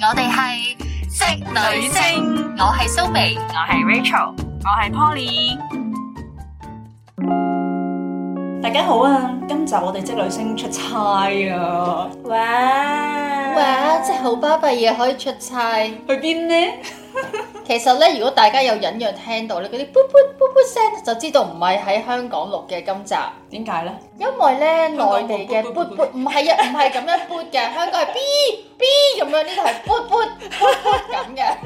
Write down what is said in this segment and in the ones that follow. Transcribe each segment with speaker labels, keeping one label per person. Speaker 1: 我哋係職女聲，我係蘇眉，
Speaker 2: 我係 Rachel，我係 Poly。
Speaker 3: 大家好啊！今集我哋職女聲出差啊！哇
Speaker 4: 哇！真係好巴閉嘢可以出差。
Speaker 3: 去邊呢？
Speaker 4: 其實咧，如果大家有隱約聽到咧嗰啲噗噗噗噗聲，就知道唔係喺香港錄嘅今集。
Speaker 3: 點解呢？
Speaker 4: 因為咧，內
Speaker 3: 港
Speaker 4: 地嘅噗
Speaker 3: 冇噗噗噗
Speaker 4: 噗唔係啊，唔係咁樣噗嘅，香港係 B B 咁樣，呢度係噗噗噗噗咁嘅，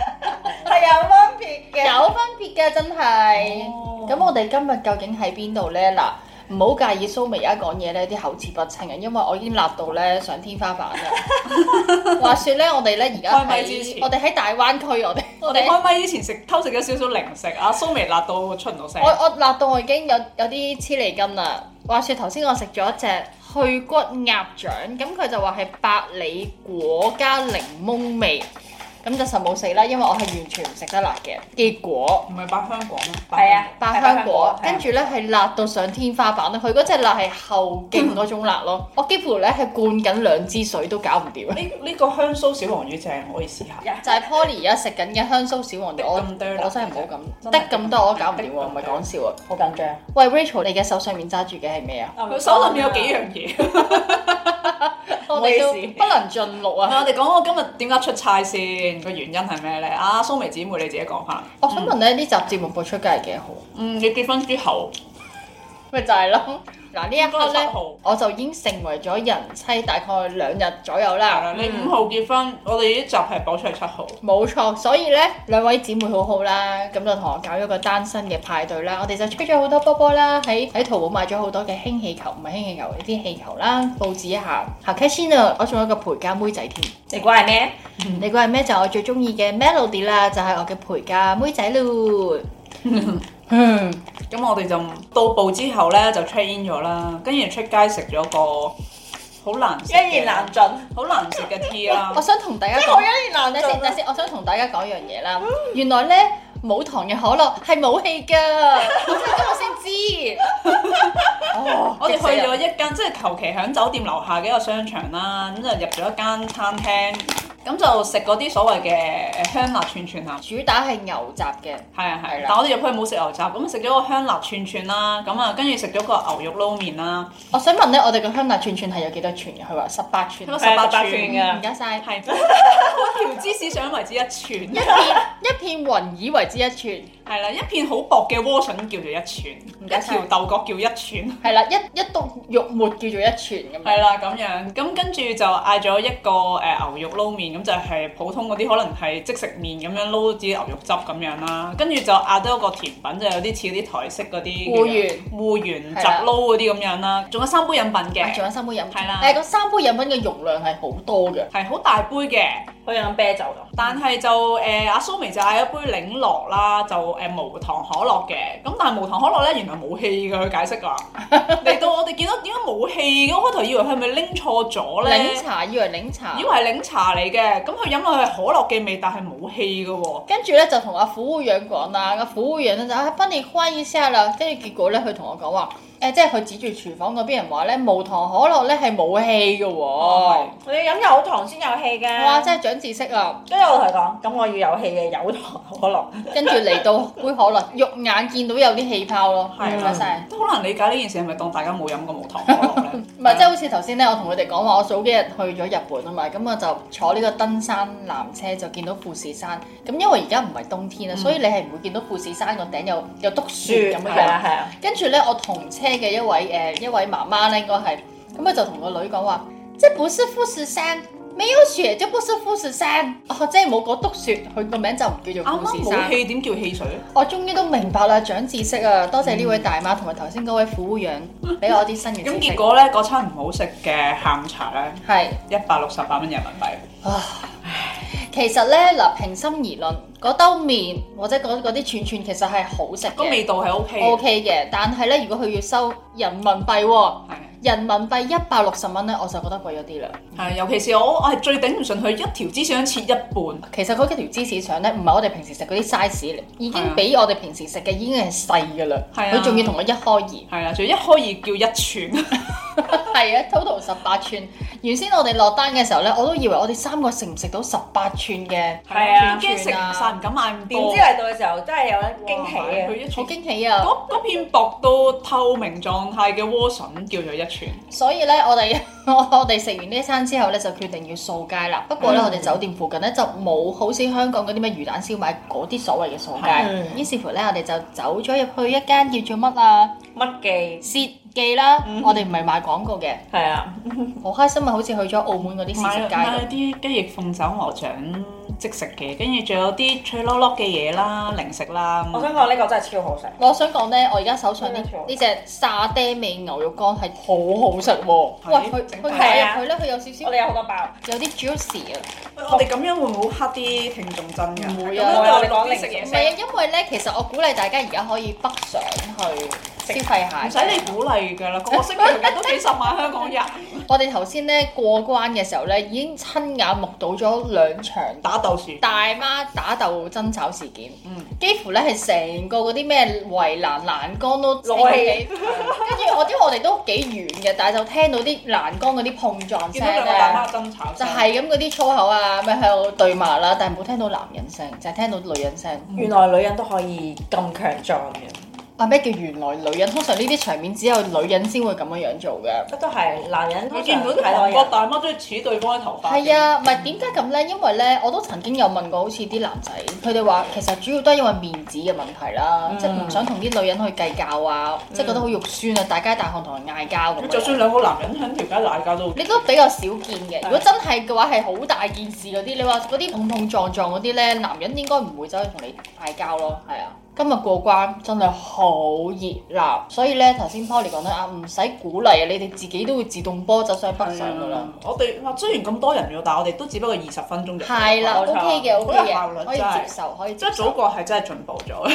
Speaker 4: 係有分別嘅，有分別嘅真係。
Speaker 3: 哦
Speaker 4: 咁我哋今日究竟喺邊度呢？嗱，唔好介意蘇眉而家講嘢呢啲口齒不清嘅，啊因為我已經立到呢上天花板啦。話說呢，我哋呢而家
Speaker 3: 開咪之
Speaker 4: 喺
Speaker 3: 前
Speaker 4: 我哋喺大灣區，我哋
Speaker 3: 我
Speaker 4: 我
Speaker 3: 哋
Speaker 4: 哋
Speaker 3: 開麥之前食偷食咗少少零食，阿蘇眉辣到出唔到聲
Speaker 4: 我。我立到我已經有有啲黐脷筋啦。話說頭先我食咗一隻去骨鴨掌，咁佢就話係百里果加檸檬味，咁就實冇死啦，因為我係完全唔食得辣嘅。結果
Speaker 3: 唔係百香果咩？
Speaker 2: 係啊
Speaker 4: 百香果，跟住咧係辣到上天花板啦！啊佢嗰只辣係後勁嗰種辣咯，我幾乎咧係灌緊兩支水都搞唔掂
Speaker 3: 百。香果呢呢個香酥小黃魚正，可以試
Speaker 2: 啊
Speaker 3: 下。
Speaker 4: 就係 Poly 而家食緊嘅香酥小黃魚，我
Speaker 3: 得咁多啦
Speaker 4: 我真係唔好咁，
Speaker 3: 真
Speaker 4: 得
Speaker 3: 係
Speaker 4: 咁多我都搞唔掂
Speaker 3: 得咁多
Speaker 4: 喎，唔係講 笑啊！
Speaker 3: 好緊張。
Speaker 4: 喂 Rachel，你嘅手上面揸住嘅係咩啊？
Speaker 3: 佢手上面有幾
Speaker 2: 嗯
Speaker 3: 樣嘢。
Speaker 4: 我哋都
Speaker 3: 唔好意思
Speaker 4: 不能盡錄
Speaker 3: 唔係
Speaker 4: 啊！
Speaker 3: 我哋講我今日點解出差先，個原因係咩呢？啊，蘇眉姊妹你自己講下。
Speaker 4: 我想問咧，呢集節目播出街係幾號？
Speaker 3: 嗯，你結婚之後
Speaker 4: 咪就係咯。嗱呢一刻
Speaker 3: 應該係
Speaker 4: 咧
Speaker 3: 七號，
Speaker 4: 我就已經成為咗人妻大概兩日左右
Speaker 3: 係
Speaker 4: 啦
Speaker 3: 啦，。啊你五號結婚，我哋呢集係播出係七號。
Speaker 4: 冇錯，所以咧兩位姊妹好好啦，咁就同我搞咗個單身嘅派對啦。我哋就吹咗好多波波啦，喺喺淘寶買咗好多嘅氫氣球，唔係氫氣球，呢啲氣球啦，佈置一下。行開先啊！我仲有一個陪嫁妹仔添，
Speaker 2: 你估係咩？
Speaker 4: 你估係咩？就係我最中意嘅 Melody 啦，就係、我嘅陪嫁妹仔咯。嗯，
Speaker 3: 咁我哋就到步之後咧就 check in 咗啦，跟住出街食咗個好難食嘅
Speaker 2: 盡，
Speaker 3: 好難食嘅 tea 啦
Speaker 4: 我。想同大家
Speaker 2: 我
Speaker 4: 講
Speaker 2: 一，言難
Speaker 4: 等先，等先，我想同大家講一樣嘢啦。原來咧冇糖嘅可樂係冇氣㗎，我真係今日先知。哦
Speaker 3: 我哋去
Speaker 4: 激死人
Speaker 3: 咗一間即係求其喺酒店樓下嘅一個商場啦，咁就入咗一間餐廳，咁就食嗰啲所謂嘅誒香辣串串啊。
Speaker 4: 主打係牛雜嘅，
Speaker 3: 係啊係
Speaker 4: 係
Speaker 3: 啊
Speaker 4: 啦，
Speaker 3: 但我哋入去冇食牛雜，咁食咗個香辣串串啦，咁啊跟住食咗個牛肉撈麵啦，
Speaker 4: 我想問咧，我哋個香辣串串係有幾多串嘅？佢話十八串嗯
Speaker 3: 佢，話18
Speaker 2: 係十八
Speaker 3: 寸
Speaker 2: 寸
Speaker 4: 唔
Speaker 2: 㗎，
Speaker 4: 該晒。
Speaker 3: 係 條芝士上為之一
Speaker 4: 一
Speaker 3: 串，
Speaker 4: 片一片雲以為之一串，
Speaker 3: 係啦，一片好薄嘅萵筍叫做一
Speaker 4: 唔
Speaker 3: 串，
Speaker 4: 該
Speaker 3: 一
Speaker 4: 晒
Speaker 3: 條豆角叫一串。
Speaker 4: 係啦，一一篤肉末叫做一串咁
Speaker 3: 係
Speaker 4: 樣。
Speaker 3: 啦，咁樣咁跟住就嗌咗一個誒、呃牛肉撈麵，咁就係普通嗰啲可能係即食麵咁樣撈啲牛肉汁咁樣啦。跟住就嗌多一個甜品，就有啲似啲台式嗰啲
Speaker 4: 芋圓
Speaker 3: 芋圓
Speaker 4: 係
Speaker 3: 雜
Speaker 4: 啦
Speaker 3: 撈嗰啲咁樣啦。仲有三杯飲品
Speaker 4: 啊仲
Speaker 3: 嘅，
Speaker 4: 有三杯飲品，
Speaker 3: 係啦
Speaker 4: 誒個三杯飲品嘅容量係好多嘅，
Speaker 3: 係好大杯嘅，
Speaker 2: 佢飲啤酒咯。
Speaker 3: 但係就誒阿、蘇眉就嗌一杯檸樂啦，就誒、呃無糖可樂嘅。咁但係無糖可樂咧，原來冇氣嘅，佢 解釋話。嚟到我哋見到點解冇氣嘅，我開頭以為佢係咪拎錯咗咧？
Speaker 4: 檸茶以為檸茶
Speaker 3: 以，為係檸茶嚟嘅，咁佢飲落去係可樂嘅味，但係冇氣嘅喎。
Speaker 4: 跟住咧就同阿苦護養講啦，個苦護養咧就啊幫你關一下啦，跟住結果咧佢同我講話，誒即係佢指住廚房嗰邊人話咧無糖可樂咧係冇氣嘅
Speaker 3: 哦
Speaker 4: 喎，
Speaker 2: 我要飲有糖先有氣㗎。
Speaker 4: 哇真係長知識啊！
Speaker 2: 跟住我同佢講，咁我要有氣嘅有糖可樂。
Speaker 4: 跟住嚟到杯可樂，肉眼見到有啲氣泡咯，
Speaker 3: 係啊
Speaker 4: 唔該晒。
Speaker 3: 都好難理解呢件事係咪當大家冇飲過無糖可樂咧？
Speaker 4: 唔係即係好似頭先咧，我同佢哋講話，我早幾日去咗日本啊嘛，咁我就坐呢個登山纜車就見到富士山。咁因為而家唔係冬
Speaker 3: 嗯
Speaker 4: 天啊，所以你係唔會見到富士山個頂有有篤雪咁樣
Speaker 2: 係
Speaker 4: 樣。
Speaker 2: 啊係啊，
Speaker 4: 跟住咧，我同車嘅一位誒、一位媽媽咧，應該係咁啊佢就同個女講話：，即不是富士山，沒有雪就不是富士山。哦，即係冇嗰篤雪，佢個名就唔叫做
Speaker 3: 啱
Speaker 4: 富
Speaker 3: 啱
Speaker 4: 士山
Speaker 3: 冇。氣點叫汽水咧？
Speaker 4: 我終於都明白啦，長知識啊！多謝呢位大媽同埋頭先嗰位苦養俾我啲新嘅
Speaker 3: 嗯咁
Speaker 4: 知
Speaker 3: 結
Speaker 4: 識。
Speaker 3: 果咧，嗰餐唔好食嘅下午茶咧，
Speaker 4: 係
Speaker 3: 一百六十八蚊人民幣。
Speaker 4: 啊，其實呢，嗱，平心而論，嗰兜麵或者嗰嗰啲串串其實係好食
Speaker 3: 個
Speaker 4: 嘅
Speaker 3: 味道係 O K
Speaker 4: ，O
Speaker 3: 嘅，
Speaker 4: K 嘅。但係呢，如果佢要收人民幣喎，
Speaker 3: 係
Speaker 4: 人民幣一百六十蚊呢，我就覺得貴咗啲啦。
Speaker 3: 係，尤其是我我係最頂唔順佢一條芝士想切一半，
Speaker 4: 其實嗰幾條芝士腸呢，唔係我哋平時食嗰啲 size 嚟，已經比我哋平時食嘅已經係細㗎啦。
Speaker 3: 啊係啊
Speaker 4: 佢仲要同我一開二。
Speaker 3: 係啦，仲要一開二叫一串，
Speaker 4: 係啊，total 十八寸。原先我哋落單嘅時候咧，我都以為我哋三個食唔食到十八寸嘅，
Speaker 2: 係啊
Speaker 3: 驚食唔晒，唔敢買咁
Speaker 2: 點
Speaker 3: 多
Speaker 2: 知。嚟到嘅時候真係有驚喜啊
Speaker 3: 哇佢
Speaker 2: 嘅。
Speaker 3: 一
Speaker 4: 好
Speaker 3: 串
Speaker 4: 驚喜啊！
Speaker 3: 嗰嗰片薄到透明狀態嘅萵筍叫做一串，
Speaker 4: 所以咧，我哋 我哋食完呢一餐之後咧，就決定要掃街啦。不
Speaker 2: 嗯
Speaker 4: 過咧，我哋酒店附近咧就冇好似香港嗰啲咩魚蛋燒賣嗰啲所謂嘅掃街
Speaker 2: 嗯。
Speaker 4: 於是乎咧，我哋就走咗入去一間叫做乜啊
Speaker 2: 乜記
Speaker 4: 薛記啦。
Speaker 2: 嗯
Speaker 4: 我哋唔係賣廣告嘅，
Speaker 2: 係啊，
Speaker 4: 好開心啊！好似去咗澳門嗰啲試食
Speaker 3: 買
Speaker 4: 街
Speaker 3: 買
Speaker 4: 咁。
Speaker 3: 啲雞翼鳳爪鵝掌即食嘅，跟住仲有啲脆碌碌嘅嘢啦、零食啦。
Speaker 2: 我想講呢個真係超好食。
Speaker 4: 我想講咧，我而家手上呢
Speaker 2: 咩錯
Speaker 4: 呢只沙爹味牛肉乾係好好食喎。
Speaker 3: 係
Speaker 4: 喂，佢
Speaker 3: 整
Speaker 4: 佢
Speaker 3: 體
Speaker 4: 買
Speaker 2: 啊
Speaker 4: 入去咧，佢有少
Speaker 2: 我
Speaker 4: 少
Speaker 2: 哋有好多包，
Speaker 4: 有啲 juicy 啊。
Speaker 3: 我哋咁樣會唔會黑啲聽眾真㗎？
Speaker 4: 唔會
Speaker 2: 啊
Speaker 3: 咁樣
Speaker 2: 我哋講
Speaker 3: 落啲
Speaker 2: 零
Speaker 3: 食嘢
Speaker 4: 唔
Speaker 3: 食
Speaker 4: 係啊，因為咧，其實我鼓勵大家而家可以北上去消費下。
Speaker 3: 唔使你鼓勵㗎啦，個個星期日都幾十萬香港 人
Speaker 4: 我哋頭先咧過關嘅時候咧，已經親眼目睹咗兩場
Speaker 3: 打豆樹。
Speaker 4: 大媽打鬥爭吵事件，
Speaker 3: 嗯，
Speaker 4: 幾乎咧係成個嗰啲咩圍欄欄杆都
Speaker 2: 攞起
Speaker 4: 起，跟住我因為我哋都幾遠嘅，但係就聽到啲欄杆嗰啲碰撞
Speaker 3: 見
Speaker 4: 聲
Speaker 3: 到兩個
Speaker 4: 咧
Speaker 3: 大媽。爭吵
Speaker 4: 就
Speaker 3: 聲。
Speaker 4: 係咁嗰啲粗口啊，咩喺度對罵啦，但係冇聽到男人聲，就係聽到女人聲。
Speaker 2: 原來女人都可以咁強壯嘅，
Speaker 4: 啊咩叫原來女人？通常呢啲場面只有女人先會咁樣樣做嘅。
Speaker 2: 都係男人
Speaker 3: 我
Speaker 2: 通
Speaker 3: 見
Speaker 2: 常
Speaker 3: 到啲
Speaker 2: 睇到
Speaker 3: 韓國
Speaker 2: 人
Speaker 3: 大媽中意扯對方嘅頭髮。
Speaker 4: 係啊，唔係點解咁咧？因為咧，我都曾經有問過，好似啲男仔，佢哋話其實主要都係因為面子嘅問題啦，
Speaker 2: 嗯
Speaker 4: 即係唔想同啲女人去計較啊，即係覺得好肉酸啊，大街大巷同人嗌交咁
Speaker 3: 就
Speaker 4: 樣。
Speaker 3: 算兩個男人喺條街嗌交都，
Speaker 4: 你都比較少見嘅。如果真係嘅話，係好大件事嗰啲。你話嗰啲碰碰撞撞嗰啲咧，男人應該唔會走去同你嗌交咯。係啊，今日過關真係好熱鬧，所以咧頭先 Polly 講得啱，唔使鼓勵啊，你哋自己都會自動波走上北上噶啦。
Speaker 3: 我哋嗱雖然咁多人嘅，但係我哋都只不過二十分鐘就
Speaker 4: 係啦
Speaker 2: 冇錯
Speaker 4: ，OK 嘅，OK
Speaker 3: 啊好有效率
Speaker 4: 嘅，可以
Speaker 3: 真係
Speaker 4: 接受，可以
Speaker 3: 即
Speaker 4: 接
Speaker 3: 係祖
Speaker 4: 受。
Speaker 3: 國係真係進步 咗。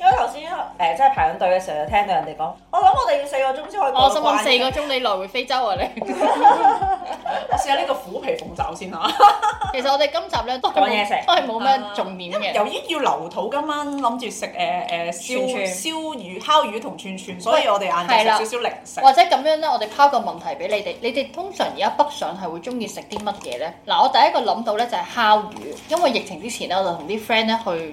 Speaker 2: 因為頭先誒即係排緊隊嘅時候，就聽到人哋講，我諗哦我哋要四個鐘先可以過
Speaker 4: 我心諗
Speaker 2: 關
Speaker 4: 四個鐘你來回非洲啊你。
Speaker 3: 我試下呢個虎皮鳳爪先啊嚇，
Speaker 4: 其實我哋今集咧都係
Speaker 2: 講嘢食
Speaker 4: 冇都係冇咩重點
Speaker 3: 因為
Speaker 4: 嘅。
Speaker 3: 由於要留肚，今晚諗住食誒誒燒
Speaker 2: 串串
Speaker 3: 燒魚、烤魚同串串，所以我哋晏晝
Speaker 4: 係啦
Speaker 3: 食少少零食。
Speaker 4: 或者咁樣咧，我哋拋個問題俾你哋，你哋通常而家北上係會中意食啲乜嘢咧？嗱，我第一個諗到咧就係烤魚，因為疫情之前咧，我就同啲 friend 咧去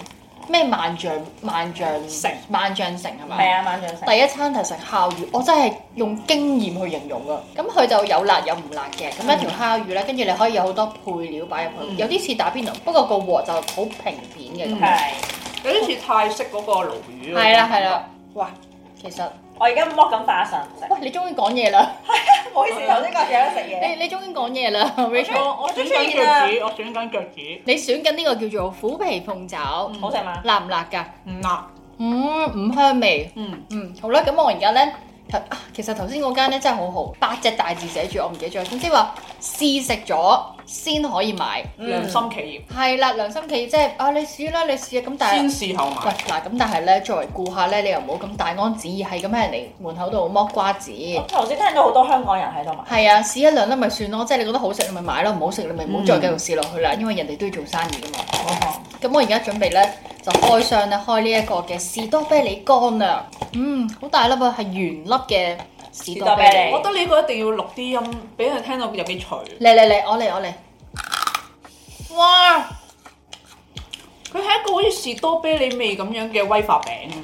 Speaker 4: 咩萬象萬象
Speaker 3: 城
Speaker 4: 萬象城係咪？
Speaker 2: 係啊，晚上食。
Speaker 4: 第一餐就食烤魚，我真係用經驗去形容噶。咁佢就有辣有唔辣嘅，咁一條烤魚咧，跟住你可以有好多配料擺入去，
Speaker 3: 嗯
Speaker 4: 有啲似打邊爐，不過個鑊就好平面嘅咁。
Speaker 2: 係，啊
Speaker 3: 有啲似泰式嗰個鱸魚。啊
Speaker 4: 係啦係。啦，
Speaker 2: 哇！
Speaker 4: 其實，
Speaker 2: 我而家剝緊花生食，
Speaker 4: 喂，你終於講嘢啦！
Speaker 2: 唔好意思，頭先個嘢都食
Speaker 4: 你
Speaker 2: 嘢。
Speaker 4: 你終於講嘢啦，Rachel。
Speaker 3: 我我
Speaker 2: 最
Speaker 3: 選
Speaker 2: 中
Speaker 3: 緊
Speaker 2: 意啦
Speaker 3: 腳趾，我選緊腳趾，
Speaker 4: 你選緊呢個叫做虎皮鳳爪，
Speaker 3: 嗯
Speaker 2: 好食嘛？
Speaker 4: 辣唔辣㗎？
Speaker 3: 唔辣。
Speaker 4: 嗯，五香味。
Speaker 3: 嗯，
Speaker 4: 嗯，好啦，咁我而家咧，頭啊其實頭先嗰間咧真係好好，八隻大字寫住，我唔記得咗。總之話試食咗先可以買。
Speaker 3: 良
Speaker 2: 嗯
Speaker 3: 心企
Speaker 4: 係啦，良心企即係啊，你試啦，你試啊，咁但
Speaker 3: 業，
Speaker 4: 係。
Speaker 3: 先試後
Speaker 4: 喂，
Speaker 3: 買。
Speaker 4: 嗱咁，但係咧，作為顧客咧，你又唔好咁大安旨意，係咁喺人哋門口度剝瓜子。
Speaker 3: 哦
Speaker 2: 我頭先聽到好多香港人喺度買，
Speaker 4: 係啊，試一兩粒咪算咯，即係你覺得好食你咪買咯，唔好食你咪唔好再繼續試落去啦，因為人哋都要做生意噶嘛。
Speaker 3: 哦
Speaker 4: 咁我而家準備咧就開箱咧，開呢一個嘅士多啤梨乾啊，嗯，好大粒啊，係圓粒嘅士多啤
Speaker 2: 士多啤梨
Speaker 4: 梨
Speaker 3: 我覺。得呢個一定要錄啲音，俾人聽到有幾脆。
Speaker 4: 嚟嚟嚟，我嚟我嚟，
Speaker 3: 哇！佢係一個好似士多啤梨味咁樣嘅威化餅，啊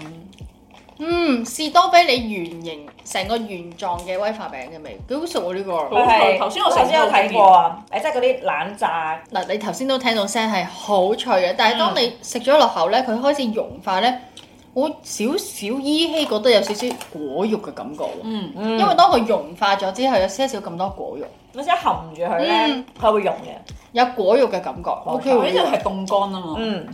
Speaker 4: 嗯，士多啤梨圓形，成個圓狀嘅威化餅嘅味，幾好食喎呢個。
Speaker 3: 好
Speaker 2: 係
Speaker 3: 脆頭先我食
Speaker 2: 頭先有
Speaker 3: 到
Speaker 2: 睇過啊，誒即係嗰啲冷炸，
Speaker 4: 嗱，你頭先都聽到聲係好脆嘅，但係當你食咗落口咧，佢開始融化咧，我少少依稀覺得有少少果肉嘅感覺喎。
Speaker 3: 嗯，
Speaker 2: 因
Speaker 4: 因為
Speaker 2: 為
Speaker 4: 當佢融化咗之後，有些少咁多果肉，
Speaker 2: 你即係含住佢咧
Speaker 4: 嗯，
Speaker 2: 佢會溶嘅。
Speaker 4: 有果肉嘅感覺。
Speaker 2: 冇
Speaker 4: O
Speaker 2: 錯
Speaker 4: K，
Speaker 3: 佢呢度係凍乾啊嘛，
Speaker 2: 嗯，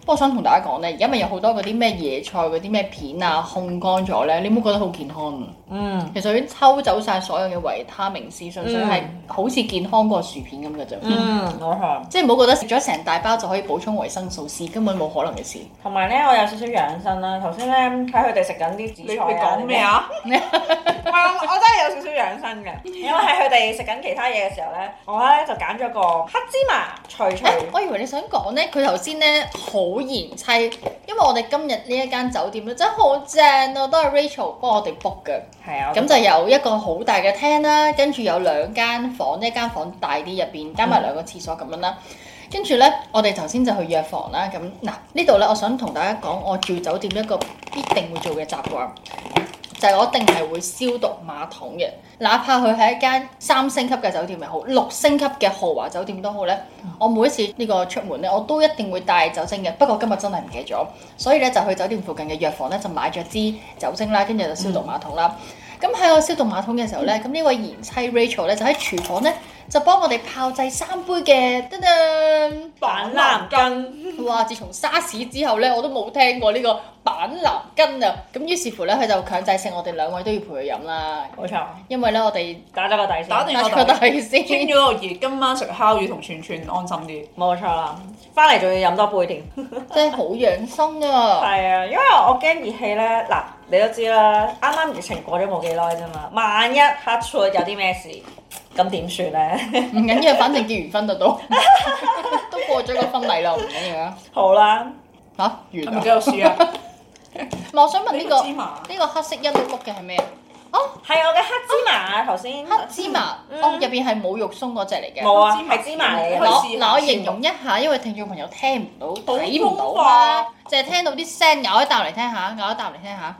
Speaker 4: 不過我想同大家講咧，而家咪有好多嗰啲咩椰菜嗰啲咩片啊，烘乾咗咧，你唔好覺得好健康啊。
Speaker 2: 嗯，
Speaker 4: 其實已經抽走晒所有嘅維他命 C，純粹係好似健康過薯片咁嘅啫。
Speaker 2: 嗯，冇錯。
Speaker 4: 即係唔好覺得食咗成大包就可以補充維生素 C，根本冇可能嘅事。
Speaker 2: 同埋咧，我有少少養生啦。頭先咧睇佢哋食緊啲
Speaker 3: 你
Speaker 2: 紫
Speaker 3: 你
Speaker 2: 菜啊
Speaker 3: 講咩？啊？
Speaker 2: 唔係我我真係有少少養生嘅，因為喺佢哋食緊其他嘢嘅時候咧，我咧就揀咗個黑芝麻脆脆
Speaker 4: 誒，我以為你想講咧，佢頭先咧好賢妻，因為我哋今日呢一間酒店咧真係好正啊，都係 Rachel 幫我哋 book 嘅。
Speaker 2: 係啊，
Speaker 4: 咁就有一個好大嘅廳啦，跟住有兩間房，一間房大啲入邊，加埋兩個廁所咁樣啦。跟住呢，我哋頭先就去藥房啦。咁嗱，呢度呢，我想同大家講，我住酒店一個必定會做嘅習慣，就係、我一定係會消毒馬桶嘅。哪怕佢係一間三星級嘅酒店又好，六星級嘅豪華酒店都好呢，我每一次呢個出門呢，我都一定會帶酒精嘅。不過今日真係唔記得咗，所以呢，就去酒店附近嘅藥房呢，就買咗支酒精啦，跟住就消毒馬桶啦。咁喺我消毒馬桶嘅時候咧，咁呢位賢妻 Rachel 咧就喺廚房咧就幫我哋炮製三杯嘅噔噔。
Speaker 3: 板藍根，
Speaker 4: 哇！自從沙士之後咧，我都冇聽過呢個板藍根啊。咁於是乎咧，佢就強制性我哋兩位都要陪佢飲啦，
Speaker 2: 冇錯，
Speaker 4: 因為咧我哋
Speaker 2: 打咗個底先，
Speaker 3: 打定
Speaker 4: 打
Speaker 3: 個
Speaker 4: 咗
Speaker 3: 底，
Speaker 4: 底先。
Speaker 3: 傾咗個熱，今晚食烤魚同串串安心 啲。
Speaker 2: 冇錯啦，翻嚟仲要飲多杯添。
Speaker 4: 真係好養生 啊！
Speaker 2: 係啊，因為我驚熱氣咧，嗱你都知啦，啱啱疫情過咗冇幾耐啫嘛，萬一黑出有啲咩事，咁點算咧？
Speaker 4: 唔緊要，反正結完婚就到， 都過咗個婚禮啦，唔緊要啊。
Speaker 2: 好啦，
Speaker 4: 嚇、
Speaker 3: 係
Speaker 4: 完
Speaker 3: 咪
Speaker 4: 啦
Speaker 3: 幾！有事啊？
Speaker 4: 唔係我想問呢、個
Speaker 3: 芝麻
Speaker 4: 呢個黑色一碌碌嘅係咩啊？
Speaker 2: 係我嘅黑芝麻啊，頭先
Speaker 4: 黑芝麻，
Speaker 2: 嗯
Speaker 4: 哦，入邊係冇肉鬆嗰只嚟嘅。
Speaker 2: 冇啊，
Speaker 3: 黑芝麻
Speaker 2: 係芝麻嚟
Speaker 3: 可以
Speaker 2: 嘅，
Speaker 3: 試
Speaker 4: 嗱
Speaker 3: 下
Speaker 4: 嗱，我形容一下，因為聽眾朋友聽唔到、
Speaker 3: 普
Speaker 4: 睇唔到
Speaker 3: 通話
Speaker 4: 啦，淨係聽到啲聲，咬一啖嚟聽下，咬一啖嚟聽下。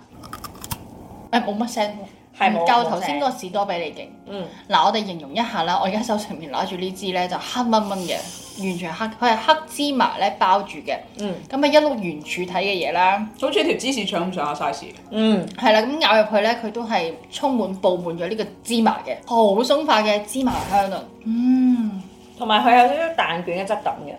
Speaker 4: 誒冇乜聲喎，
Speaker 2: 係
Speaker 4: 唔
Speaker 2: 冇
Speaker 4: 夠頭先嗰
Speaker 2: 個，
Speaker 4: 個士多啤梨勁。
Speaker 2: 嗯，
Speaker 4: 嗱，我哋形容一下啦，我而家手上面攞住呢支咧就黑掹掹嘅，完全黑，佢係黑芝麻咧包住嘅，
Speaker 2: 嗯
Speaker 4: 咁啊一碌圓柱體嘅嘢啦，
Speaker 3: 好似條芝士腸咁上下 size。
Speaker 2: 嗯，
Speaker 4: 係啦，咁咬入去咧，佢都係充滿佈滿咗呢個芝麻嘅，好鬆快嘅芝麻香啊，嗯
Speaker 2: 同埋佢有少少蛋卷嘅質感嘅，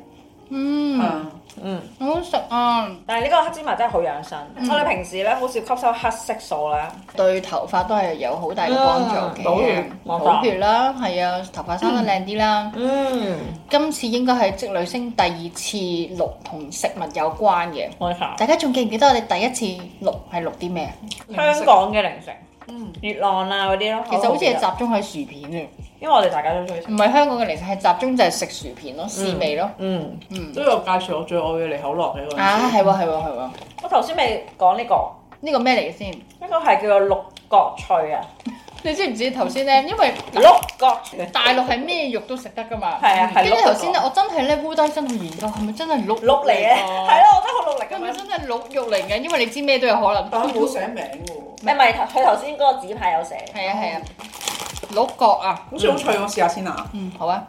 Speaker 4: 嗯，
Speaker 3: 嗯
Speaker 2: 嗯。
Speaker 4: 好好食啊！
Speaker 2: 但係呢個黑芝麻真係好養生，
Speaker 4: 嗯
Speaker 2: 我哋平時咧好少吸收黑色素啦，
Speaker 4: 對頭髮都係有好大嘅幫助嘅，
Speaker 3: 嗯補血
Speaker 4: 啊補血啦，係啊，頭髮生得靚啲啦。
Speaker 2: 嗯，
Speaker 4: 今次應該係積女星第二次錄同食物有關嘅，
Speaker 2: 冇錯，
Speaker 4: 大家仲記唔記得我哋第一次錄係錄啲咩啊？
Speaker 2: 香港嘅零食，
Speaker 3: 嗯，
Speaker 2: 熱浪啊嗰啲咯，
Speaker 4: 其實好似係
Speaker 2: 記得
Speaker 4: 集中喺薯片嘅，
Speaker 2: 因為我哋大家都中意食
Speaker 4: 唔，係香港嘅零食，係集中就係食薯片咯，試味咯。
Speaker 2: 嗯，
Speaker 4: 嗯，
Speaker 3: 都有介紹我最愛嘅利口樂嘅嗰陣
Speaker 4: 啊
Speaker 3: 時。
Speaker 4: 係喎係喎係喎，
Speaker 2: 我頭先未講呢個。
Speaker 4: 呢個咩嚟嘅先？
Speaker 2: 呢個係叫做六角脆啊，
Speaker 4: 你知唔知頭先 咧？因為
Speaker 2: 六角脆啊
Speaker 4: 大陸係咩肉都食得㗎嘛。
Speaker 2: 係啊係
Speaker 4: 跟住
Speaker 2: 碌
Speaker 4: 頭先咧，我真係咧烏低身去研究係咪真係啊碌
Speaker 2: 碌嚟嘅，
Speaker 4: 㗎
Speaker 2: 係咯，我覺得好努力
Speaker 4: 係
Speaker 2: 咁
Speaker 4: 咪真
Speaker 2: 樣。
Speaker 4: 係鹿肉嚟嘅？因為你知咩都有可能。
Speaker 3: 但係冇寫名喎，
Speaker 2: 誒唔係，佢頭先嗰個紙牌有寫，
Speaker 4: 係啊係啊，鹿角啊，
Speaker 3: 好似好脆，我試下先啊。
Speaker 4: 嗯好啊，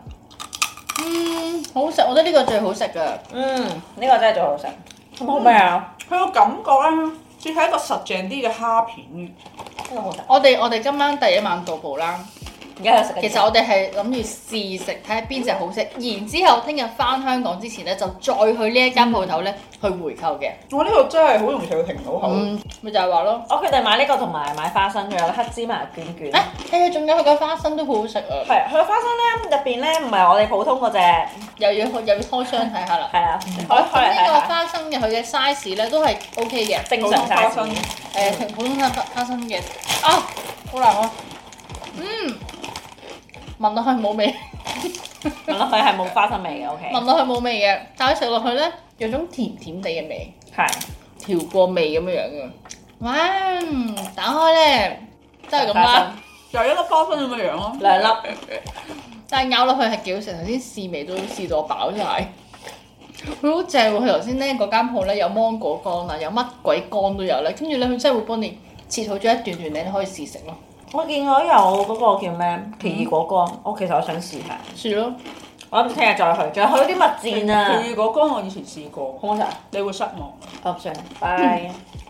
Speaker 4: 嗯好食，我覺得呢個最好食噶。
Speaker 2: 嗯，呢個真係最好食，
Speaker 4: 嗯
Speaker 2: 咁好味啊！
Speaker 3: 佢個感覺咧，似係一個實淨啲嘅蝦片。
Speaker 2: 真係好食，
Speaker 4: 我哋我哋今晚第一晚到步啦，
Speaker 2: 而家有食緊嘢
Speaker 4: 其實我哋係諗住試食，睇下邊只好食，然之後聽日翻香港之前咧，就再去呢一間鋪頭咧去回購嘅。
Speaker 3: 我呢個真係好容易就會停到口。
Speaker 4: 嗯，咪就係話咯，
Speaker 2: 我決定哦買呢個同埋買花生，仲有黑芝麻卷卷。
Speaker 4: 誒係啊，仲有佢嘅花生都好好食啊，
Speaker 2: 係佢嘅花生咧，入邊咧唔係我哋普通嗰只，係
Speaker 4: 又要去又要開箱睇下啦。
Speaker 2: 啊，可以開
Speaker 4: 哦咁
Speaker 2: 嚟
Speaker 4: 呢
Speaker 2: 睇
Speaker 4: 個
Speaker 2: 下，
Speaker 4: 花生嘅佢嘅 size 咧都係 OK 嘅。
Speaker 2: 正
Speaker 3: 普
Speaker 2: 常
Speaker 3: 通花
Speaker 2: size
Speaker 3: 生，
Speaker 4: 誒，同普通花花生嘅啊，好難啊！嗯，聞落去冇味，
Speaker 2: 聞落去啊係冇花生味嘅，OK，
Speaker 4: 聞落去冇味嘅，但係食落去咧有種甜甜地嘅味，
Speaker 2: 係
Speaker 4: 調過味咁樣樣嘅。哇！打開咧真係咁
Speaker 2: 花
Speaker 4: 啦，
Speaker 2: 生
Speaker 3: 又一粒花生咁嘅樣咯。
Speaker 2: 兩粒，
Speaker 4: 但係咬落去係幾好食，頭先試味都試到我飽晒。佢好正喎！佢頭先咧嗰間鋪咧有芒果乾啊，有乜鬼乾都有咧，跟住咧佢真係會幫你切好咗一段段，你都可以試食咯，
Speaker 2: 我見過有嗰個叫咩奇異果乾，我其實我想試下。
Speaker 4: 試咯。
Speaker 2: 我諗聽日再去，仲有去啲物戰啊，
Speaker 4: 嗯
Speaker 3: 佢嗰缸我以前試過，
Speaker 2: 好唔好食啊？
Speaker 3: 你會失
Speaker 4: 哦
Speaker 3: 望。
Speaker 2: 好算，
Speaker 4: 嗯
Speaker 2: 拜。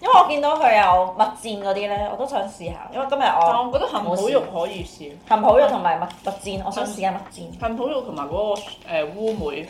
Speaker 2: 因為我見到佢有麥戰嗰啲咧，我都想試下。因為今日
Speaker 3: 但
Speaker 2: 我
Speaker 3: 我覺得杏
Speaker 2: 冇
Speaker 3: 脯
Speaker 2: 試
Speaker 3: 肉可以試，
Speaker 2: 杏脯肉同埋麥麥戰，我
Speaker 4: 嗯
Speaker 2: 想試下麥戰。
Speaker 3: 杏脯肉同埋嗰個誒烏梅。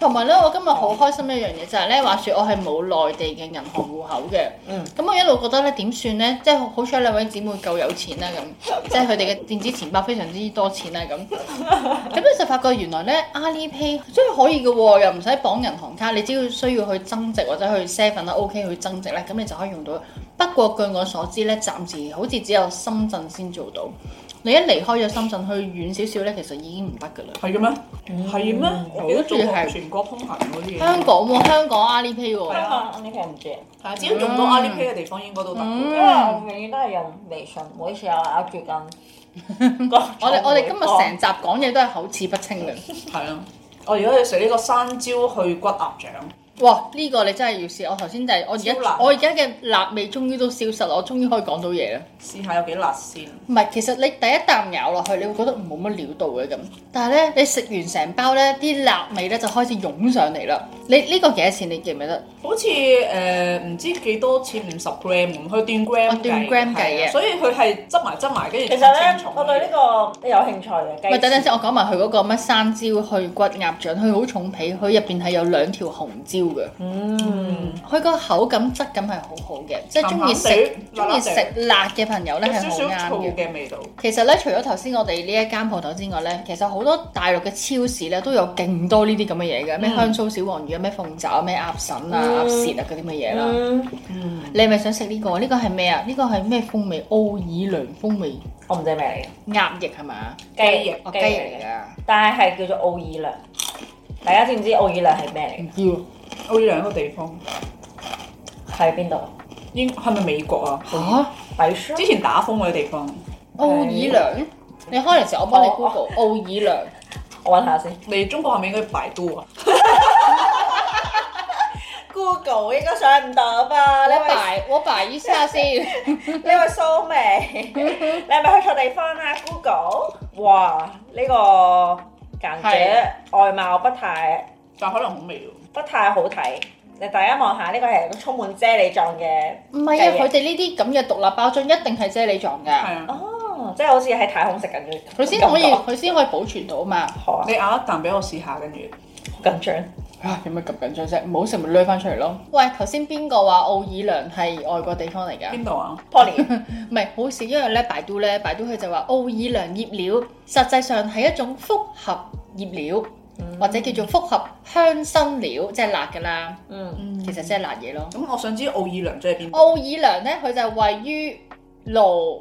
Speaker 4: 同埋咧，我今日好開心一樣嘢就係咧，話説我係冇內地嘅銀行戶口嘅，
Speaker 2: 嗯
Speaker 4: 咁我一路覺得咧點算咧，即係好彩兩位姊妹夠有錢啦咁，即係佢哋嘅電子錢包非常之多錢啊啦咁，咁你就發覺原來咧 Alipay 真係可以嘅喎，又唔使綁銀行卡，你只要需要去增值或者去 seven 啦 OK 去增值咧，咁你就可以用到。不過據我所知咧，暫時好似只有深圳先做到。你一離開咗深圳去遠少少咧，其實已經唔得㗎啦。
Speaker 3: 係嘅咩？係咩？我記得做過
Speaker 4: 嗯好似係嗯
Speaker 3: 全國通行嗰啲嘢。
Speaker 4: 香港喎，香港 Alipay 喎，
Speaker 2: 香港呢個唔知，因
Speaker 3: 係啊，只要用到
Speaker 4: 嗯
Speaker 3: Alipay 嘅地方，應該都得嘅。
Speaker 2: 為我永遠都係用微信，每次我咬住緊。我
Speaker 4: 我哋我哋今日成集講嘢都係口齒不清嘅。
Speaker 3: 係啊，我而家要食呢個山椒去骨鴨掌，
Speaker 4: 哇！呢、個你真係要試，我頭先就係我而
Speaker 3: 超辣
Speaker 4: 家我而家嘅辣味終於都消失啦，我終於可以講到嘢啦。
Speaker 3: 試下有幾辣先。
Speaker 4: 唔係，其實你第一啖咬落去，你會覺得冇乜料到嘅咁，但係咧你食完成包咧，啲辣味咧就開始湧上嚟啦。你呢、個幾多錢？你記唔記得？
Speaker 3: 好似誒唔知幾多錢五十 gram 咁，佢斷 gram
Speaker 4: 哦斷 gram 計嘅
Speaker 3: 係啊所以佢係執埋執埋，跟住
Speaker 2: 其實咧
Speaker 3: 稱重，
Speaker 2: 我對呢個有興趣嘅。雞
Speaker 4: 咪等陣
Speaker 2: 翅
Speaker 4: 先，我講埋佢嗰個乜山椒去骨鴨掌，佢好重皮，佢入邊係有兩條紅椒嘅，
Speaker 2: 嗯，
Speaker 4: 佢個口感質感係好好嘅，即係中意食
Speaker 3: 鹹鹹地
Speaker 4: 中意食辣嘅朋友咧
Speaker 3: 有
Speaker 4: 係
Speaker 3: 少
Speaker 4: 好
Speaker 3: 少
Speaker 4: 啱
Speaker 3: 醋
Speaker 4: 嘅。
Speaker 3: 嘅味道。
Speaker 4: 其實咧，除咗頭先我哋呢一間鋪頭之外咧，其實好多大陸嘅超市咧都有勁多呢啲咁嘅嘢嘅，咩香酥小黃魚啊，咩鳳爪啊，咩鴨腎啊、
Speaker 2: 嗯
Speaker 4: 鴨舌啊嗰啲乜嘢啦。
Speaker 2: 嗯，
Speaker 3: 嗯，
Speaker 4: 你係咪想食呢個？呢個係咩啊？呢個係咩風味？奧爾良風味
Speaker 2: 我唔知咩
Speaker 4: 鴨翼係嘛？
Speaker 2: 嚟嘅，雞翼
Speaker 4: 哦，雞
Speaker 2: 雞
Speaker 4: 翼
Speaker 2: 嚟
Speaker 4: 嚟
Speaker 2: 嘅，
Speaker 4: 㗎，
Speaker 2: 但係係叫做奧爾良。大家知唔知奧爾良係咩嚟
Speaker 4: 唔
Speaker 2: 嘅？
Speaker 4: 知喎
Speaker 3: 奧爾良一哦個地方，
Speaker 2: 喺邊度？
Speaker 3: 應係咪美國啊？
Speaker 4: 嚇。
Speaker 2: 米舒
Speaker 3: 之前打風嗰啲地方，
Speaker 4: 奧爾良，你開嚟時候我幫你 Google 奧爾良，
Speaker 2: 我揾下先。
Speaker 3: 你中國係咪應該百度啊？
Speaker 2: Google 應該上唔到吧？你
Speaker 4: 我
Speaker 2: 咪
Speaker 4: 擺我擺一下先，
Speaker 2: 你咪蘇 眉，你係咪去錯地方啦？Google，哇！呢、個簡直外貌不太
Speaker 3: 但可能好味喎。
Speaker 2: 不太好睇。你大家望下呢個係一個充滿啫喱狀嘅，
Speaker 4: 唔係啊，
Speaker 2: 雞翼
Speaker 4: 佢哋呢啲咁嘅獨立包裝一定係啫喱狀㗎，
Speaker 3: 係啊，
Speaker 2: 哦，即係好似喺太空食緊嘅。
Speaker 4: 佢先可以佢先可以保存到嘛。
Speaker 2: 好啊，
Speaker 3: 你咬一啖俾我試下，跟住
Speaker 2: 好緊 張。
Speaker 4: 啊，有咩咁緊張啫？唔好食咪掠翻出嚟咯。喂，頭先邊個話奧爾良係外國地方嚟㗎？
Speaker 3: 邊度啊？
Speaker 2: Polly，
Speaker 4: 唔係好笑，因為咧百度咧百度佢就話奧爾良葉料實際上係一種複合葉料，或者叫做複合香辛料，即係辣㗎啦。
Speaker 2: 嗯，
Speaker 4: 其實即係辣嘢咯。
Speaker 3: 咁我想知奧爾良即係邊度？
Speaker 4: 奧爾良咧，佢就係位於盧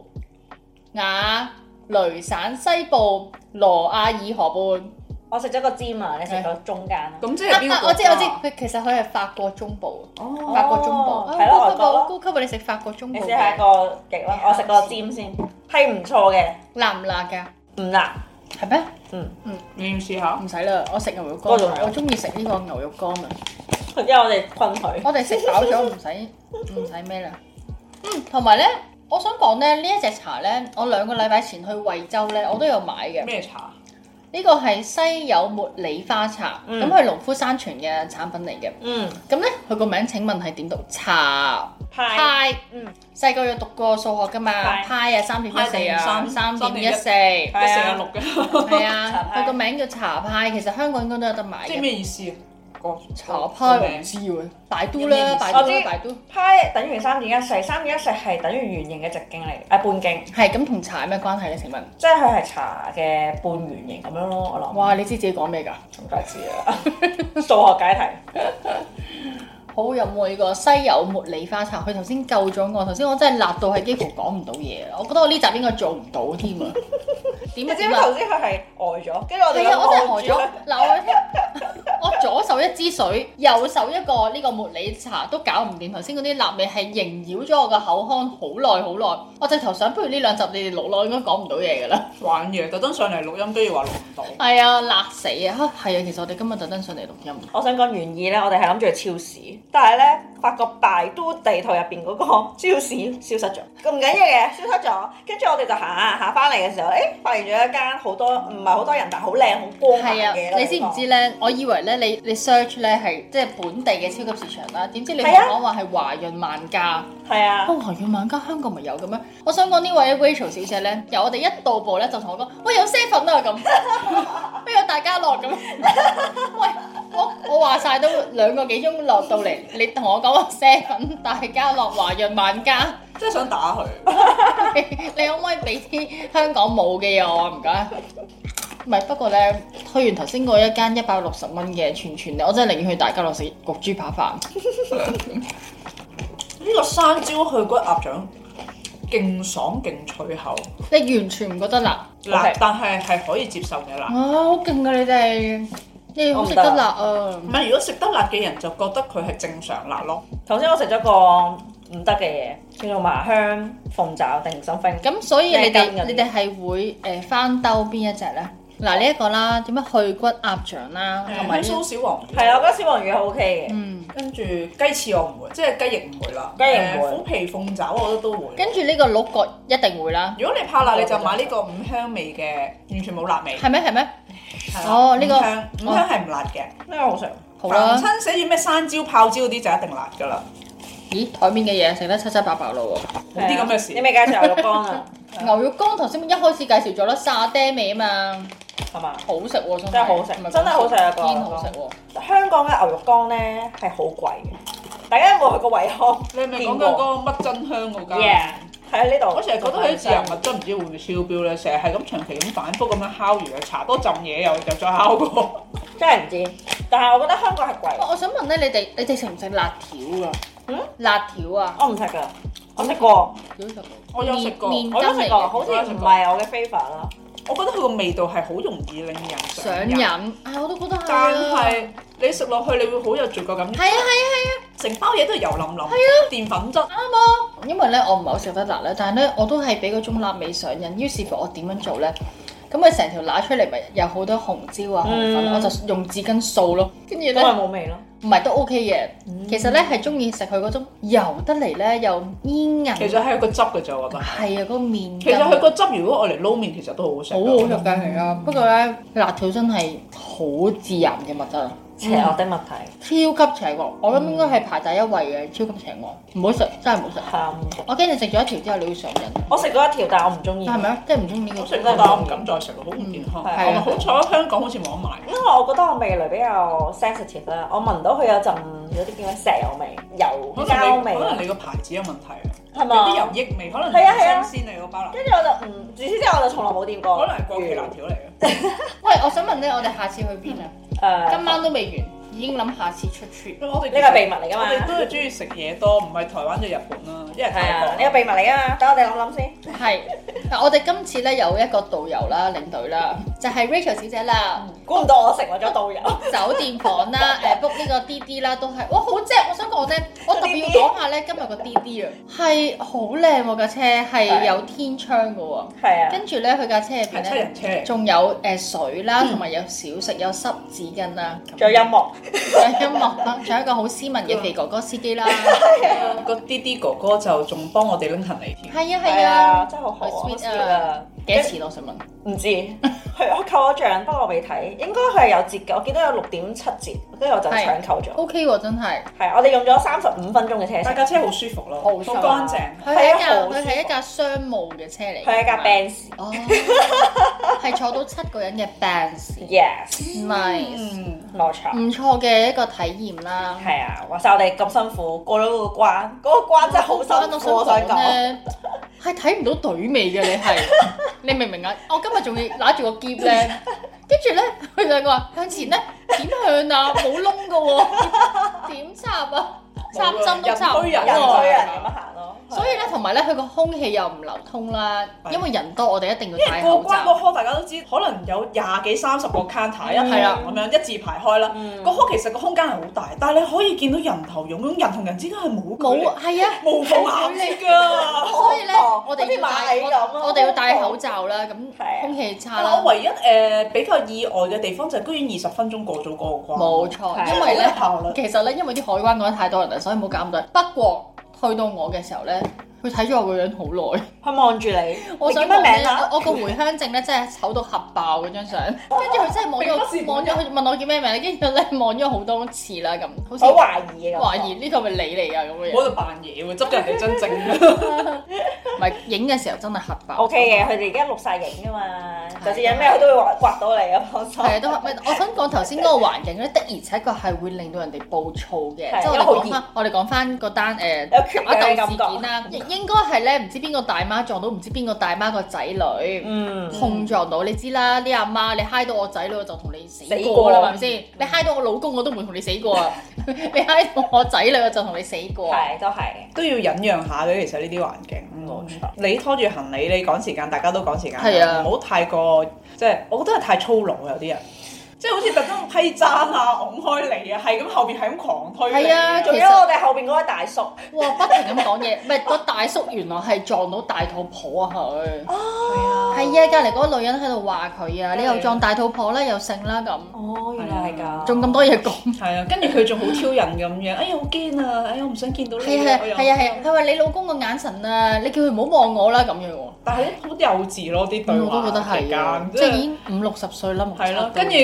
Speaker 4: 瓦雷省西部羅亞爾河畔。
Speaker 2: 我食咗個芝麻，你食咗中間啦。
Speaker 3: 咁即係
Speaker 4: 啊
Speaker 3: 邊
Speaker 4: 啊
Speaker 3: 個？
Speaker 4: 我知我知，佢其實佢係法國中部，
Speaker 3: 哦，
Speaker 4: 法國中部。
Speaker 2: 哦
Speaker 4: 啊
Speaker 2: 係咯
Speaker 4: 高
Speaker 2: 外
Speaker 4: 級
Speaker 2: 國
Speaker 4: 喎，高
Speaker 2: 咯
Speaker 4: 級喎！你食法國中啊
Speaker 2: 你
Speaker 4: 部
Speaker 2: 試下
Speaker 4: 嘅
Speaker 2: 個極啦，我食個尖先，
Speaker 4: 啊
Speaker 2: 係唔錯嘅，
Speaker 4: 辣唔辣㗎？
Speaker 2: 唔辣。
Speaker 4: 係咩？
Speaker 2: 嗯，
Speaker 3: 你要試下。
Speaker 4: 唔使啦，我食牛肉
Speaker 2: 嗰度
Speaker 4: 乾，啊
Speaker 2: 有
Speaker 4: 我中意食呢個牛肉乾啊！
Speaker 2: 因為我哋困佢。
Speaker 4: 我哋食飽咗，唔使唔使咩啦。嗯，同埋咧，我想講咧，呢一隻茶咧，我兩個禮拜前去惠州咧，我都有買嘅。
Speaker 3: 咩茶？
Speaker 4: 呢個係西柚茉莉花茶，
Speaker 2: 嗯
Speaker 4: 咁佢農夫山泉嘅產品嚟嘅。
Speaker 2: 嗯，
Speaker 4: 咁咧，佢個名請問係點讀？茶
Speaker 2: 派。
Speaker 4: 派。
Speaker 2: 嗯，
Speaker 4: 細個有讀過數學㗎嘛？
Speaker 2: 派
Speaker 4: 派啊，三點一四啊，
Speaker 3: 派
Speaker 4: 三
Speaker 3: 三
Speaker 4: 點
Speaker 3: 點
Speaker 4: 一
Speaker 3: 一
Speaker 4: 四。
Speaker 2: 係啊
Speaker 3: 一四一六嘅，
Speaker 4: 係
Speaker 2: 茶
Speaker 4: 啊，
Speaker 2: 派
Speaker 4: 佢個名叫茶派，其實香港應該都有得買
Speaker 3: 即係
Speaker 4: 嘅。
Speaker 3: 咩意思啊？個
Speaker 4: 茶派
Speaker 3: 個
Speaker 4: 我唔
Speaker 3: 名
Speaker 4: 知喎，百
Speaker 3: 有
Speaker 4: 度
Speaker 3: 咩意
Speaker 4: 啦，
Speaker 3: 思
Speaker 4: 百度
Speaker 2: 我
Speaker 4: 啦，
Speaker 2: 知
Speaker 4: 百度。
Speaker 2: 派等於三點一四，三點一四係等於圓形嘅直徑嚟，誒半徑，
Speaker 4: 係咁，同茶有咩關係咧？請問？
Speaker 2: 即係佢係茶嘅半圓形咁樣咯。我諗，
Speaker 4: 哇！你知自己講咩㗎？
Speaker 2: 咁梗係知啦， 數學解題。
Speaker 4: 好飲喎呢個西柚茉莉花茶，佢頭先救咗我，頭先我真係辣到係幾乎講唔到嘢，啊我覺得我呢集應該做唔到添啊！點
Speaker 2: 你
Speaker 4: 啊
Speaker 2: 知
Speaker 4: 點
Speaker 2: 唔知
Speaker 4: 啊
Speaker 2: 頭！先佢係呆咗，跟住我哋
Speaker 4: 係啊，我真係呆
Speaker 2: 兩個望
Speaker 4: 咗
Speaker 2: 住。
Speaker 4: 嗱，我聽 我左手一支水，右手一個呢個茉莉茶都搞唔掂。頭先嗰啲辣味係縈繞咗我個口腔好耐好耐。我直頭想，不如呢兩集你哋錄落，應該講唔到嘢㗎啦。
Speaker 3: 玩嘢，特登上嚟錄音，跟住話錄唔到。
Speaker 4: 係啊，辣死啊！啊係啊，其實我哋今日特登上嚟錄音。
Speaker 2: 我想講原意咧，我哋係諗住去超市，但係咧發覺百都地圖入邊嗰個超市消失咗，咁唔緊要嘅， 消失咗。跟住我哋就行下行翻嚟嘅時候，誒、發現咗一間好多唔係好多人，但係好靚好光猛
Speaker 4: 係啊
Speaker 2: 嘅，
Speaker 4: 你知唔知咧？我以為咧，你你 search 咧係即係本地嘅超級市場啦，點知你同
Speaker 2: 係啊
Speaker 4: 我講話係華潤萬家。
Speaker 2: 係啊
Speaker 4: 啊，。華潤萬家香港咪有嘅咩？我想講呢位 Rachel 小姐咧，由我哋一到步咧就同我講，喂有 seven 啊咁，咩有大家樂咁？喂，我我話晒都兩個幾鐘落到嚟，你同我講話 seven 大家樂華潤萬家，
Speaker 3: 即係想打佢。
Speaker 4: 你你可唔可以俾啲香港冇嘅嘢我啊？唔該。唔係，不過咧，去完頭先嗰一間一百六十蚊嘅串串咧，我真係寧願去大家樂食焗豬扒飯。
Speaker 3: 呢個山椒去骨鴨掌勁爽勁脆口，
Speaker 4: 你完全唔覺得辣？
Speaker 3: 辣
Speaker 2: OK
Speaker 3: 但係係可以接受嘅辣。
Speaker 4: 哇，好勁啊！你哋，你哋好食得辣啊！
Speaker 3: 唔係，如果食得辣嘅人就覺得佢係正常辣咯。
Speaker 2: 頭先我食咗個唔得嘅嘢，叫做麻香鳳爪定心冰。
Speaker 4: 咁所以你
Speaker 2: 咩筋㗎
Speaker 4: 哋你哋係會誒翻兜邊一隻咧？嗱呢一個啦，點樣去骨鴨掌啦，同埋呢
Speaker 3: 係酥小黃魚，
Speaker 4: 啊
Speaker 2: 係啊啦，我覺得燒黃魚係 OK 嘅。
Speaker 4: 嗯，
Speaker 3: 跟住雞翅我唔會，即係雞翼唔會啦。
Speaker 2: 雞翼唔會
Speaker 3: 誒虎皮鳳爪我覺得都會。
Speaker 4: 跟住呢個鹿角一定會啦，
Speaker 3: 如果你怕辣，你就買呢個五香味嘅，完全冇辣味。
Speaker 4: 係咩係咩？
Speaker 3: 係啦
Speaker 4: 哦呢個
Speaker 3: 五香五香係唔辣嘅。
Speaker 2: 呢個好食。
Speaker 4: 好啊
Speaker 3: 凡
Speaker 4: 啦，
Speaker 3: 親寫住咩山椒、泡椒嗰啲就一定辣㗎啦。
Speaker 4: 咦台面嘅嘢食得七七八八咯喎，
Speaker 3: 冇啲咁嘅事
Speaker 2: 啊你未介紹牛肉乾 啊？
Speaker 4: 牛肉乾頭先一開始介紹咗啦，沙爹味啊嘛，
Speaker 2: 係嘛？
Speaker 4: 好食喎真
Speaker 2: 真係好食
Speaker 4: 唔講笑
Speaker 2: 真係好食啊個
Speaker 4: 堅好食喎，
Speaker 2: 香港嘅牛肉乾咧係好貴嘅，大家有冇去過惠康？
Speaker 3: 你係咪
Speaker 2: 見
Speaker 3: 講緊
Speaker 2: 過
Speaker 3: 嗰個乜真香嗰間？
Speaker 2: Yeah，喺呢度。
Speaker 3: 我成日覺得佢啲自由物質唔知會唔會超標咧，成日係咁長期咁反覆咁樣烤完又搽多浸嘢，又又再烤過。
Speaker 2: 真係唔知，但係我覺得香港係
Speaker 4: 我
Speaker 2: 貴。
Speaker 4: 我想問咧，你哋你哋食唔食辣條㗎？
Speaker 2: 嗯
Speaker 4: 辣條啊，
Speaker 2: 我唔食㗎，我食過，
Speaker 4: 屌食
Speaker 3: 我有食過，
Speaker 4: 麵
Speaker 2: 我都食過，好似唔係我嘅 favourite 啦。
Speaker 3: 我覺得佢個味道係好容易令人上
Speaker 4: 上
Speaker 3: 癮，
Speaker 4: 癮，係我都覺得係啊。
Speaker 3: 但係你食落去你會好有罪覺感，
Speaker 4: 係啊係啊係啊。
Speaker 3: 成包嘢都係油淋淋，
Speaker 4: 啊
Speaker 3: 澱粉質。
Speaker 4: 嗯因為咧我唔係好食得辣咧，但係咧我都係俾嗰種辣味上癮，於是乎我點樣做咧？咁佢成條揦出嚟咪有好多紅椒啊、紅粉啊，
Speaker 2: 嗯
Speaker 4: 我就用紙巾掃咯，跟住
Speaker 2: 因為
Speaker 3: 啊
Speaker 4: 咧
Speaker 2: 冇味咯。
Speaker 4: 唔係都 OK
Speaker 3: 嗯
Speaker 4: 嘅。其實咧係中意食佢嗰種油得嚟咧又煙韌，
Speaker 3: 其
Speaker 4: 係
Speaker 3: 實係個汁嘅 啫，我覺得。
Speaker 4: 啊嗰個麵筋。
Speaker 3: 其實佢個嗯汁如果我嚟撈麵，其實都好好食㗎。
Speaker 4: 好好食㗎，係啊！不過咧，辣條真係好致癌嘅物質啊，
Speaker 2: 邪惡的物體，
Speaker 4: 超級邪惡。我諗應該係排第一位嘅，超級邪惡，唔好食，真係唔好食。
Speaker 2: 係啊，唔食
Speaker 4: 我驚你食咗一條之後，你會上癮。
Speaker 2: 我食咗一條，但係我唔中意。
Speaker 4: 係咪啊？即係唔中意呢個
Speaker 3: 好食得，但我唔敢再食咯，好唔健康。
Speaker 2: 嗯
Speaker 4: 係啊
Speaker 3: 我好彩香港好似冇得賣。
Speaker 2: 因為我覺得我味蕾比較 sensitive 啦，我聞到佢有陣有啲叫咩石油味、油
Speaker 3: 可能
Speaker 2: 膠
Speaker 3: 你
Speaker 2: 味，
Speaker 3: 可能你個牌子有問題啊，
Speaker 2: 係
Speaker 3: 有啲
Speaker 2: 嘛
Speaker 3: 油？益味，可能
Speaker 2: 係啊係啊
Speaker 3: 唔新鮮你嗰包辣，
Speaker 2: 跟住我就嗯，自此之後我就從來冇掂過。
Speaker 3: 可能係過期辣條嚟嘅。
Speaker 2: 嗯
Speaker 4: 喂，我想問咧，我哋下次去邊啊？
Speaker 2: 誒，
Speaker 4: 今晚都未完，已經諗下次出 trip。
Speaker 3: 我哋
Speaker 2: 呢個係秘密嚟㗎嘛
Speaker 3: 我哋都係中意食嘢多，唔係台灣就日本啦，一係
Speaker 2: 係
Speaker 3: 泰
Speaker 2: 啊，
Speaker 3: 國。
Speaker 2: 呢個秘密嚟㗎嘛，等我哋諗諗先。
Speaker 4: 係，嗱，我哋今次咧有一個導遊啦、領隊啦，就係 Rachel 小姐啦，
Speaker 2: 估唔到我成為 咗導遊，
Speaker 4: 酒店房 啦，誒 book 呢個 D D 啦，都係，哇，好正！我想講咧，我特別要講下咧，今日個 D D 啊，係好靚喎架車，係有天窗嘅喎，
Speaker 2: 係啊，
Speaker 4: 跟住咧佢架車入邊
Speaker 3: 係七
Speaker 4: 咧。
Speaker 3: 人車嚟嘅，
Speaker 4: 仲有誒水啦，同埋有小食，有濕紙巾啦，咁
Speaker 2: 仲有音樂，
Speaker 4: 嗯仲有音 樂啦，仲有一個好斯文嘅肥哥哥司機啦，
Speaker 3: 個啲啲哥哥就仲幫我哋拎行李添。
Speaker 4: 係啊係
Speaker 2: 係
Speaker 4: 啊
Speaker 2: 啊，，真係好好啊好
Speaker 4: sweet 啊
Speaker 2: sweet 啊！
Speaker 4: 幾多錢啊我想問？
Speaker 2: 唔知，係我扣咗帳，不過我未睇，應該佢係有折嘅，我見到有六點七折，跟住我就
Speaker 4: 係
Speaker 2: 搶購咗。
Speaker 4: O K 喎，真係。
Speaker 2: 係啊，我哋用咗三十五分鐘嘅車
Speaker 3: 但
Speaker 2: 程，
Speaker 3: 架車好舒服咯，
Speaker 4: 好
Speaker 3: 好
Speaker 4: 舒
Speaker 2: 啊
Speaker 4: 服
Speaker 3: 乾淨。
Speaker 4: 佢係一架
Speaker 2: 係啊好舒服
Speaker 4: 佢係一架商務嘅車嚟㗎嘛。
Speaker 2: 佢係一架 Benz，yes，
Speaker 4: 哦，係坐到七個人嘅 Benz。Nice，
Speaker 3: 嗯，
Speaker 2: 冇錯。
Speaker 4: 唔錯嘅一個體驗啦。
Speaker 2: 係啊，話晒我哋咁辛苦過咗嗰個關，嗰、個 關真係好辛
Speaker 4: 嗯
Speaker 2: 苦，我想講。
Speaker 4: 咧，係睇唔到隊味嘅你係，你明唔明啊？我今日仲要揦住個夾咧，跟住咧佢兩個話向前咧點向啊，冇窿嘅 喎，點插啊？插針都插唔
Speaker 3: 人推人
Speaker 2: 人
Speaker 4: 到
Speaker 3: 啊
Speaker 2: 推
Speaker 4: 喎。
Speaker 2: 人咁樣行咯，
Speaker 4: 嗯所以咧，同埋咧，佢個空氣又唔流通啦，因為人多，我哋一定要
Speaker 3: 因為
Speaker 4: 戴
Speaker 3: 過
Speaker 4: 口
Speaker 3: 關個
Speaker 4: 罩。
Speaker 3: 科大家都知，可能有廿幾三十個 counter 一係啦咁樣一字排開啦。
Speaker 2: 嗯
Speaker 3: 個科其實個空間係好大，但係你可以見到人頭湧湧，人同人之間係冇距
Speaker 4: 冇
Speaker 3: 離，
Speaker 4: 係啊。
Speaker 3: 無
Speaker 4: 冇
Speaker 3: 縫衔
Speaker 4: 距離
Speaker 3: 接㗎。
Speaker 4: 所以咧，
Speaker 2: 好
Speaker 4: 我哋要
Speaker 2: 好似螞
Speaker 4: 戴
Speaker 2: 蟻咁啊
Speaker 4: 我我哋要戴口罩啦，
Speaker 2: 係啊
Speaker 4: 咁空氣差
Speaker 3: 但我
Speaker 4: 啦，
Speaker 3: 唯一誒比較意外嘅地方就係居然二十分鐘過咗嗰個關。
Speaker 4: 冇錯
Speaker 2: 係，啊
Speaker 4: 因為咧
Speaker 3: 效率。
Speaker 4: 其實咧，因為啲海關嗰啲太多人啦，所以冇搞咁多人。不過去到我嘅時候咧，佢睇咗我個樣好 耐。
Speaker 2: 佢望住你，
Speaker 4: 我
Speaker 2: 你
Speaker 4: 想
Speaker 2: 叫
Speaker 4: 講
Speaker 2: 咩
Speaker 4: 咧
Speaker 2: 名啊？，
Speaker 4: 我個回鄉證咧真係醜到核爆嗰張相，跟住佢真係 望咗
Speaker 3: 並
Speaker 4: 我，
Speaker 3: 不
Speaker 4: 望
Speaker 3: 是
Speaker 4: 咗佢問我叫咩名，跟住咧望咗好多次啦，咁好似
Speaker 2: 我懷疑啊嘅，
Speaker 4: 懷疑呢個咪你嚟㗎咁嘅 樣。
Speaker 3: 我喺度扮嘢喎，執咗人哋真 正。
Speaker 4: 唔係影嘅時候真係核爆。
Speaker 2: O K 嘅，佢哋而家錄晒影噶嘛，就算有
Speaker 4: 係
Speaker 2: 咩佢都會刮刮到你啊，放心。
Speaker 4: 係啊，都係。唔係我想講頭先嗰個環境咧，的而且確係會令到人哋暴躁嘅。
Speaker 2: 係
Speaker 4: 即係我哋講
Speaker 2: 因為好
Speaker 4: 翻，我哋講翻嗰單誒
Speaker 2: 有缺氧
Speaker 4: 打
Speaker 2: 嘅
Speaker 4: 鬥
Speaker 2: 感
Speaker 4: 事啊
Speaker 2: 覺
Speaker 4: 件啦，應應該係咧，唔知邊個大媽撞到唔知邊個大媽個仔女。
Speaker 2: 嗯，
Speaker 4: 碰撞到你知啦，啲阿媽你嗨到我仔女，我就同你死
Speaker 2: 死
Speaker 4: 過
Speaker 2: 過
Speaker 4: 啦，係咪先？你嗨到我老公，我都唔會同你死過 啊！你嗨到我仔女，我就同你死過。啊
Speaker 2: 係都係嘅。
Speaker 3: 都要忍讓下嘅，其實呢啲環境。嗯
Speaker 2: 冇錯。
Speaker 3: 你拖住行李，你趕時間，大家都趕時間，
Speaker 4: 係啊
Speaker 3: 唔好太過即係，我覺得係太粗魯啊有啲人。即係好似特登批踭啊，拱開你啊，係咁後邊係咁狂推你。
Speaker 4: 係啊
Speaker 2: 仲
Speaker 4: 其實
Speaker 2: 有我哋後邊嗰位大叔，
Speaker 4: 哇！不停咁講嘢，唔係個大叔原來係撞到大肚婆啊佢。
Speaker 3: 係
Speaker 2: 哦
Speaker 3: 啊，
Speaker 4: 係啊，隔離嗰個女人喺度話佢啊，你又撞大肚婆啦，又剩啦咁，
Speaker 2: 哦，
Speaker 3: 原來係
Speaker 2: 㗎
Speaker 4: 仲咁多嘢講。
Speaker 3: 係啊，跟住佢仲好挑人咁樣，哎呀好驚啊，哎呀我唔想見到你
Speaker 4: 係
Speaker 3: 啊
Speaker 4: 啊，
Speaker 3: 我又
Speaker 4: 係啊係啊，佢話你老公個眼神啊，你叫佢唔好望我啦咁樣喎。
Speaker 3: 但係好幼稚咯啲對
Speaker 4: 咁我
Speaker 3: 話
Speaker 4: 都覺得
Speaker 3: 期
Speaker 4: 係啊
Speaker 3: 間，
Speaker 4: 即係已經五六十歲啦，
Speaker 3: 係咯
Speaker 4: 冇，
Speaker 3: 跟住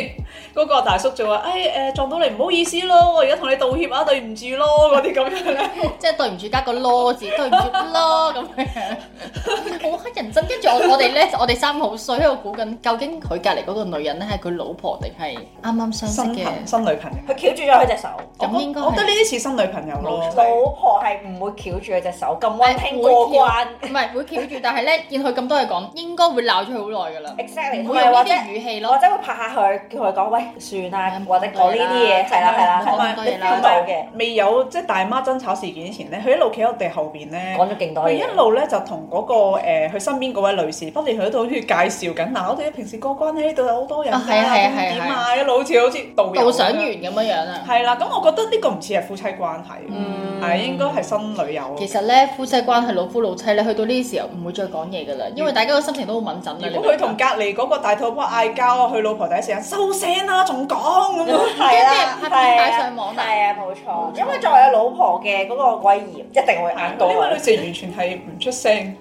Speaker 3: 嗰個大叔就話：，誒、哎、誒撞到你唔好意思咯，我而家同你道歉啊，對唔住咯，嗰啲咁樣咧。
Speaker 4: 即係對唔住加個囉字，對唔住咯咁樣， 好乞人憎。跟住我我哋咧，我哋三個好衰喺度估緊，究竟佢隔離嗰個女人咧係佢老婆定係啱啱相識
Speaker 3: 新
Speaker 4: 嘅？
Speaker 3: 朋新女朋友，
Speaker 2: 佢翹住咗佢隻手，
Speaker 3: 我
Speaker 4: 咁應該
Speaker 3: 我覺得
Speaker 4: 係
Speaker 3: 呢啲似新女朋友咯。
Speaker 2: 老婆係唔會翹住佢隻手咁温馨過關。
Speaker 4: 唔係會翹住，但係咧見佢咁多嘢講，應該會鬧咗佢好耐㗎啦。
Speaker 2: exactly，
Speaker 4: 唔會
Speaker 2: 同埋
Speaker 4: 用呢
Speaker 2: 或者
Speaker 4: 啲語氣
Speaker 2: 或
Speaker 4: 咯，嗯
Speaker 2: 者會拍下佢，叫佢講喂算啦，或者講呢啲嘢係啦係
Speaker 4: 唔好
Speaker 2: 啦，
Speaker 4: 講咁多嘢
Speaker 2: 係
Speaker 4: 啦。
Speaker 3: 同
Speaker 2: 咪
Speaker 3: 埋未有即係大媽爭吵事件前咧，佢一路企喺我哋後邊咧。
Speaker 2: 講咗勁多
Speaker 3: 佢
Speaker 2: 嘢
Speaker 3: 一。路咧就同嗰、個呃佢、身邊嗰位女士不斷喺度好似介紹緊，嗱我哋平時過關咧呢度有好多人
Speaker 4: 啊係啊係啊係啊
Speaker 3: 點啊，一路好似好似導遊
Speaker 4: 導賞
Speaker 3: 咁樣
Speaker 4: 員咁樣樣啊。
Speaker 3: 係啦，咁我覺得呢個唔似係夫妻關係，
Speaker 4: 嗯
Speaker 3: 係應該係新女友。
Speaker 4: 其實咧，夫妻關係老夫老妻咧，去到呢啲時候唔會再講嘢㗎啦，因為
Speaker 3: 嗯
Speaker 4: 大家個心情都好敏感啦。
Speaker 3: 如果佢同隔離嗰個大肚婆嗌交啊，佢老婆第一時間收聲啦，仲講咁樣。
Speaker 2: 係啦，
Speaker 4: 跟住拍片
Speaker 2: 係
Speaker 4: 擺
Speaker 2: 啊
Speaker 4: 上網啦
Speaker 2: 係啊，冇錯。因為作為老婆嘅嗰個威嚴，一定會硬到啊
Speaker 3: 呢位
Speaker 2: 佢
Speaker 3: 女。士完全係唔出聲，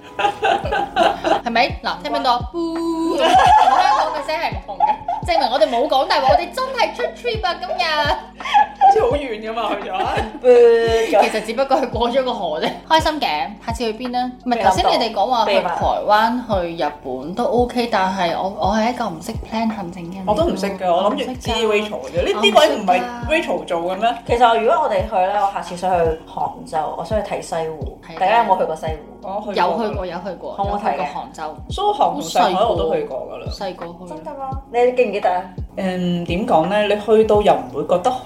Speaker 4: 係咪？嗱，聽唔聽到？唔香港嘅聲係唔同嘅，證明我哋冇講大話，我哋真係出 trip 啊！今日
Speaker 3: 好似好遠啊㗎嘛去 咗。
Speaker 2: 咁
Speaker 4: 其實只不過係過咗個河啫，開心嘅。下次去邊呢？唔係
Speaker 2: 秘
Speaker 4: 頭
Speaker 2: 魯
Speaker 4: 先你哋講話去
Speaker 2: 秘魯
Speaker 4: 台灣、去日本都 OK，但係我我係一個唔識 plan 行程嘅人嚟㗎。
Speaker 3: 我都唔識㗎，我諗住知
Speaker 4: 我唔識㗎
Speaker 3: Rachel 嘅啫。呢
Speaker 4: 我唔識
Speaker 3: 啲位唔係
Speaker 4: 㗎
Speaker 3: Rachel 做嘅咩？
Speaker 2: 其實我如果我哋去咧，我下次想去杭州，我想去睇西湖
Speaker 4: 係。
Speaker 2: 大家有冇去過西湖？
Speaker 3: 我去
Speaker 4: 有去過，有去過，
Speaker 2: 好唔好
Speaker 4: 有去
Speaker 2: 睇
Speaker 4: 過
Speaker 2: 嘅
Speaker 4: 杭州，
Speaker 3: 蘇杭同上海，我都去過㗎啦。
Speaker 4: 細個去。
Speaker 2: 真㗎嘛？你記唔記得啊？
Speaker 3: 誒點講咧？你去到又唔會覺得好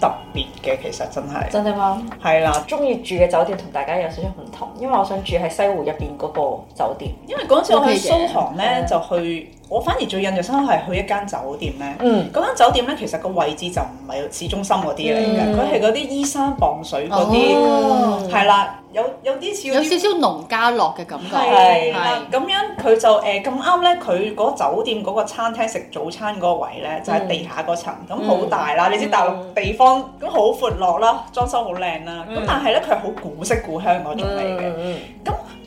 Speaker 3: 特別嘅，其實真係
Speaker 2: 真㗎嘛？
Speaker 3: 係啦。
Speaker 2: 中意住嘅酒店同大家有少少唔同，因為我想住喺西湖入邊嗰個酒店。
Speaker 3: 因為嗰陣時我去
Speaker 4: OK 嘅
Speaker 3: 蘇杭咧，就去我反而最印象深刻係去一間酒店咧。
Speaker 2: 嗯，
Speaker 3: 嗰間酒店咧，其實個位置就唔係市中心嗰啲嚟嘅，
Speaker 2: 嗯
Speaker 3: 佢係嗰啲依山傍水嗰啲，
Speaker 4: 哦
Speaker 3: 係啦、有有啲似嗰
Speaker 4: 有
Speaker 3: 啲
Speaker 4: 少少農家樂嘅感覺，
Speaker 3: 係啦
Speaker 4: 係。
Speaker 3: 咁樣佢就誒咁啱咧，佢嗰酒店嗰個餐廳食早餐嗰個位咧，就喺地下嗰層，咁好大啦。你知大陸地方咁好闊落啦，裝修好靚啦，咁
Speaker 2: 嗯
Speaker 3: 但係咧佢係好古色古香嗰種嚟嘅。
Speaker 2: 嗯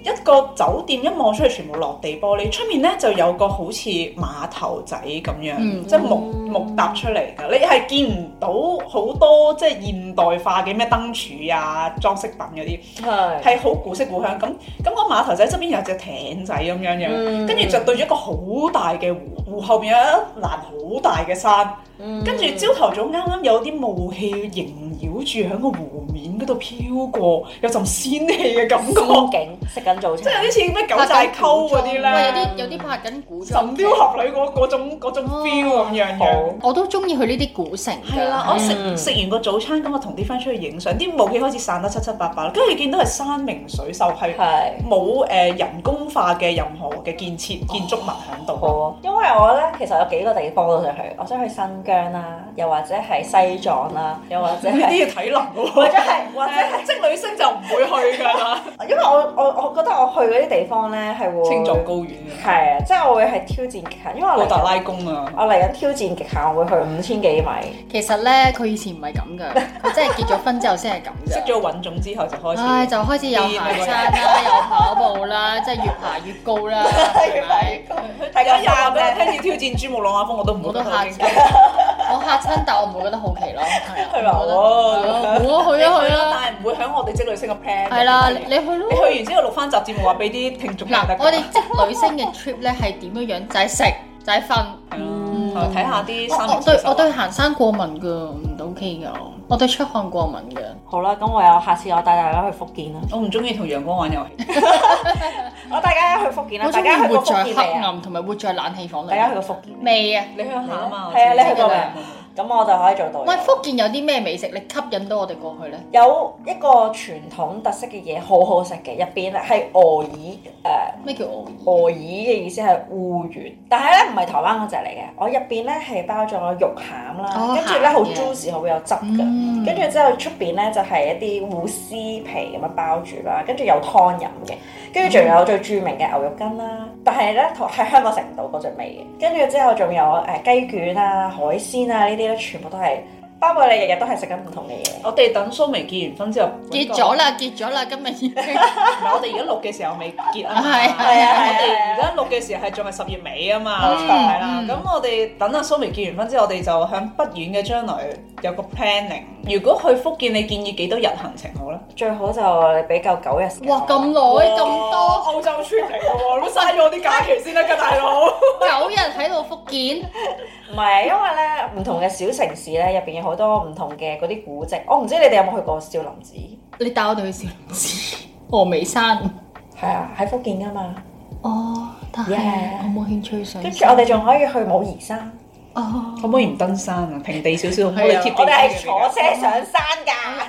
Speaker 3: 一個酒店一望出去全部落地玻璃，出面咧就有個好似碼頭仔咁樣，
Speaker 4: 嗯
Speaker 3: 即係木木搭出嚟㗎。你係見唔到好多即係現代化嘅咩燈柱啊、裝飾品嗰啲，
Speaker 2: 係
Speaker 3: 係好古色古香。咁咁、個碼頭仔側邊有隻艇仔咁樣樣，
Speaker 2: 嗯
Speaker 3: 跟住、就對住一個好大嘅湖，湖後面有一欄好大嘅山，
Speaker 2: 嗯
Speaker 3: 跟住朝頭早啱啱有啲霧氣縈繞住喺個湖面嗰度飄過，有陣仙氣嘅感覺。
Speaker 2: 仙境食緊早
Speaker 3: 即係
Speaker 2: 餐
Speaker 3: 有。啲似咩九寨溝嗰啲
Speaker 4: 喂有啲
Speaker 3: 咧，
Speaker 4: 有啲拍緊古裝
Speaker 3: 神
Speaker 4: 劇
Speaker 3: 雕俠侶嗰嗰種嗰種 feel 咁樣樣。
Speaker 4: 我都中意去呢啲古城㗎。
Speaker 3: 哦係啦，我食
Speaker 2: 嗯
Speaker 3: 食完個早餐咁，我同啲 friend 出去影相，啲霧氣開始散得七七八八啦，跟住見到係山明水秀，係
Speaker 2: 係。
Speaker 3: 冇誒人工化嘅任何嘅建設建築物喺
Speaker 2: 好
Speaker 3: 度。
Speaker 2: 啊，因為我咧其實有幾個地方我都想去，我想去新疆啦，又或者係西藏啦，又或者
Speaker 3: 呢
Speaker 2: 係
Speaker 3: 啲要體能嘅
Speaker 2: 或者
Speaker 3: 喎，
Speaker 2: 係或者
Speaker 3: 誒
Speaker 2: 係，
Speaker 3: 積女星就唔會去㗎啦，
Speaker 2: 因為我我我覺得我去嗰啲地方咧係會
Speaker 3: 青藏高原啊，
Speaker 2: 係啊，即係我會係挑戰極限，因為我
Speaker 3: 布
Speaker 2: 嚟
Speaker 3: 達
Speaker 2: 緊
Speaker 3: 拉宮啊。
Speaker 2: 我嚟緊挑戰極限，我會去五千幾米，
Speaker 4: 其實咧，佢以前唔係咁 㗎，佢真係結咗婚之後先係咁
Speaker 3: 識
Speaker 4: 㗎。
Speaker 3: 咗尹總之後就開始，
Speaker 4: 唉，就開始有行山 啦，又跑步啦，即係越爬越高 啦，係咪？
Speaker 2: 大
Speaker 3: 有
Speaker 2: 家
Speaker 3: 人話俾
Speaker 2: 咧
Speaker 3: 我聽要挑戰珠穆朗瑪峰，我都唔
Speaker 4: 我
Speaker 3: 會
Speaker 4: 都
Speaker 3: 去
Speaker 4: 嚇
Speaker 3: 嘅
Speaker 4: 親， 我嚇親，但我唔會覺得好奇咯。係啊
Speaker 2: 佢話
Speaker 4: 我覺得係啊好啊，去啊去啊，
Speaker 3: 但係唔會喺我哋職女星嘅 plan。
Speaker 4: 係啦，你
Speaker 3: 你
Speaker 4: 你去咯
Speaker 3: 你。去完之後錄翻集節目話俾啲聽眾聽
Speaker 4: 嗱
Speaker 3: 得，㗎。
Speaker 4: 我哋職女星嘅 trip 咧係點樣樣？就係食，就係瞓。
Speaker 3: 係啊睇下啲
Speaker 4: 嗯
Speaker 3: 三
Speaker 4: 我
Speaker 3: 明
Speaker 4: 我
Speaker 3: 治
Speaker 4: 對
Speaker 3: 手
Speaker 4: 我
Speaker 3: 啊
Speaker 4: 對行山過敏㗎，唔到 OK 㗎。我我對出汗過敏㗎。
Speaker 2: 好啦，咁我有下次我帶大家去福建啦，
Speaker 3: 我唔中意同陽光玩遊 戲。
Speaker 2: 我帶大家去福建啦，
Speaker 4: 我
Speaker 2: 大
Speaker 4: 中意
Speaker 2: 家去
Speaker 4: 活
Speaker 2: 過福
Speaker 4: 在
Speaker 2: 建
Speaker 4: 黑
Speaker 2: 未啊？
Speaker 4: 暗同埋活在冷氣房裏。
Speaker 2: 大家去過福建未？
Speaker 4: 未啊？
Speaker 3: 你鄉下啊嘛？
Speaker 2: 係啊
Speaker 3: 我知
Speaker 2: 你去過未啊咁我就可以做導
Speaker 4: 喂，
Speaker 2: 遊。
Speaker 4: 福建有啲咩美食你吸引到我哋過去呢？
Speaker 2: 有一個傳統特色嘅嘢好好食嘅，入邊咧係鵝耳誒、呃
Speaker 4: 咩叫鵝耳？
Speaker 2: 鵝耳嘅意思係芋圓，但係咧唔係台灣嗰只嚟嘅，我入邊咧係包咗肉餡啦
Speaker 4: 哦，
Speaker 2: 跟住咧好
Speaker 4: 鹹嘅
Speaker 2: juicy，好有汁嘅。
Speaker 4: 嗯
Speaker 2: 跟住之後出邊咧就係一啲芋絲皮咁樣包住啦，跟住有湯飲嘅，跟住仲
Speaker 4: 嗯
Speaker 2: 有最著名嘅牛肉羹啦，但係咧同喺香港食唔到嗰隻味嘅。跟住之後仲有誒雞卷啊、海鮮啊呢啲咧，全部都係包括你日日都係食緊唔同嘅嘢。
Speaker 3: 我哋等蘇眉結完婚之後，
Speaker 4: 結咗啦，結咗啦， 今日已經
Speaker 3: 唔係我哋而家錄嘅時候未結啊嘛，
Speaker 4: 係係
Speaker 2: 係啊
Speaker 3: 我哋而家錄嘅時候係仲係十月尾啊嘛，
Speaker 2: 冇錯
Speaker 3: 係啦。
Speaker 4: 嗯
Speaker 3: 咁我哋等阿蘇眉結完婚之後，我哋就向不遠嘅將來有個 planning。如果去福建，你建議幾多日行程好咧？
Speaker 2: 最好就你比較九日時間
Speaker 4: 哇咁耐咁多
Speaker 3: 澳洲 trip 嚟嘅喎，咁嘥咗我啲假期先得㗎，大佬。
Speaker 4: 九日喺度福建，
Speaker 2: 唔係，因為咧唔同嘅小城市咧，入邊有好多唔同嘅嗰啲古蹟。我唔知你哋有冇去過少林寺？
Speaker 4: 你帶我哋去小林寺、峨眉山。
Speaker 2: 係啊，喺福建噶嘛。
Speaker 4: 哦，但係
Speaker 2: Yeah
Speaker 4: 我冇興趣上山。
Speaker 2: 跟住我哋仲可以去武夷山。
Speaker 4: 哦，
Speaker 3: 可唔可以唔登山啊？平地少少，可以
Speaker 4: 係啊
Speaker 3: 貼地
Speaker 2: 我哋係
Speaker 3: 啲嘅
Speaker 2: 坐車上山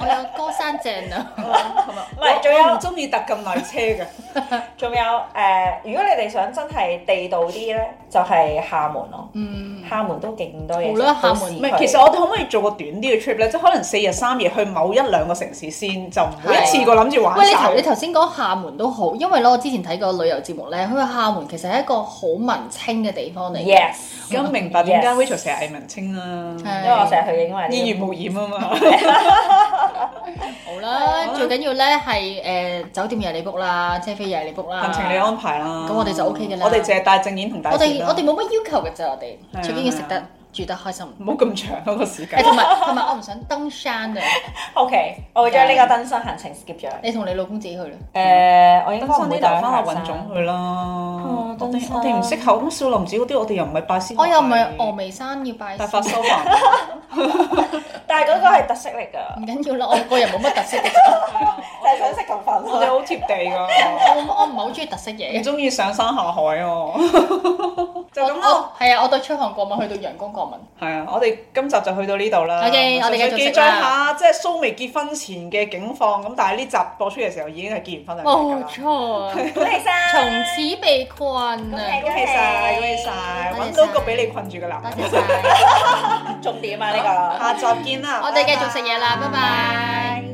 Speaker 4: 我
Speaker 2: 㗎。
Speaker 4: 有歌山正啊！
Speaker 2: 唔係，仲
Speaker 3: 我唔
Speaker 2: 有
Speaker 3: 中意搭咁耐車㗎。
Speaker 2: 仲有誒、呃如果你哋想真係地道啲咧，就係、廈門咯。
Speaker 4: 嗯，
Speaker 2: 廈門都勁多嘢
Speaker 4: 好
Speaker 2: 食。
Speaker 4: 啦
Speaker 2: 到
Speaker 4: 廈門
Speaker 2: 市
Speaker 3: 唔
Speaker 2: 區
Speaker 3: 係，其實我哋可唔可以做個短啲嘅 trip 咧？即係可能四日三夜去某一兩個城市先，就唔好一次過諗住玩
Speaker 4: 喂，你
Speaker 3: 晒
Speaker 4: 頭你頭先講廈門都好，因為咧我之前睇過旅遊節目咧，佢話廈門其實係一個好文青嘅地方嚟
Speaker 2: Dạ.
Speaker 4: 嘅。
Speaker 2: yes，
Speaker 3: 咁明白點解
Speaker 2: Yes
Speaker 3: Rachel 成日係文青啦，
Speaker 4: 係
Speaker 2: 因為我成日去影埋啲
Speaker 3: 依然無染啊 嘛。
Speaker 4: 好啦，最緊要咧係誒酒店又係你 book 啦，車飛又係你 book 啦，
Speaker 3: 行程你安排啦，
Speaker 4: 咁我哋就 OK 嘅啦
Speaker 3: 我哋淨係帶證件同帶
Speaker 4: 我哋
Speaker 3: 錢
Speaker 4: 我
Speaker 3: 啦
Speaker 4: 哋，冇乜要求嘅啫，我哋
Speaker 3: 係啊
Speaker 4: 最緊要食得住得開心。
Speaker 3: 唔好咁長啊嗰個時
Speaker 4: 誒
Speaker 3: 間。
Speaker 4: 同埋同埋我唔想登山啊！
Speaker 2: OK，我會將呢個登山行程 skip 咗。誒、
Speaker 4: 你同你老公自己去啦。
Speaker 2: 我應該
Speaker 3: 登
Speaker 2: 唔
Speaker 3: 山啲
Speaker 2: 會
Speaker 3: 留
Speaker 2: 帶
Speaker 3: 翻阿
Speaker 2: 行
Speaker 3: 尹
Speaker 2: 山
Speaker 3: 總去啦。
Speaker 2: 哦
Speaker 3: 我
Speaker 2: 登
Speaker 3: 哋
Speaker 2: 山
Speaker 3: 我哋唔識口咁少林寺嗰啲，我哋又唔係拜師學
Speaker 4: 我又唔係哦
Speaker 3: 藝
Speaker 4: 峨眉山要拜
Speaker 3: 大
Speaker 4: 師，
Speaker 3: 法 修行。
Speaker 2: 但係嗰個係特色嚟㗎
Speaker 4: 唔，緊要啦，我個人冇乜特色嘅啫，
Speaker 2: 就係想食同瞓
Speaker 3: 我哋好貼地㗎，
Speaker 4: 我我唔係好中意特色
Speaker 3: 唔
Speaker 4: 嘢。
Speaker 3: 中意上山下海 喎。就
Speaker 4: 我
Speaker 3: 咁咯。
Speaker 4: 我係啊，我對出韓國文去到陽光國文。
Speaker 3: 係啊，我哋今集就去到呢度啦。
Speaker 4: OK，我哋繼續食啦
Speaker 3: 記載下即係蘇眉結婚前嘅境況。咁但係呢集播出嘅時候已經係結完婚啦。
Speaker 4: 冇錯啊，
Speaker 2: 恭喜晒，
Speaker 4: 從此被困啊！
Speaker 3: 恭喜晒，恭喜晒，
Speaker 4: 多謝
Speaker 3: 揾到
Speaker 4: 晒
Speaker 3: 個俾你困住嘅男
Speaker 4: 多
Speaker 3: 人。
Speaker 4: 謝晒，
Speaker 2: 重點啊呢個。
Speaker 3: 下集見啦，
Speaker 4: 我哋繼
Speaker 3: 拜拜
Speaker 4: 續食嘢啦，拜拜。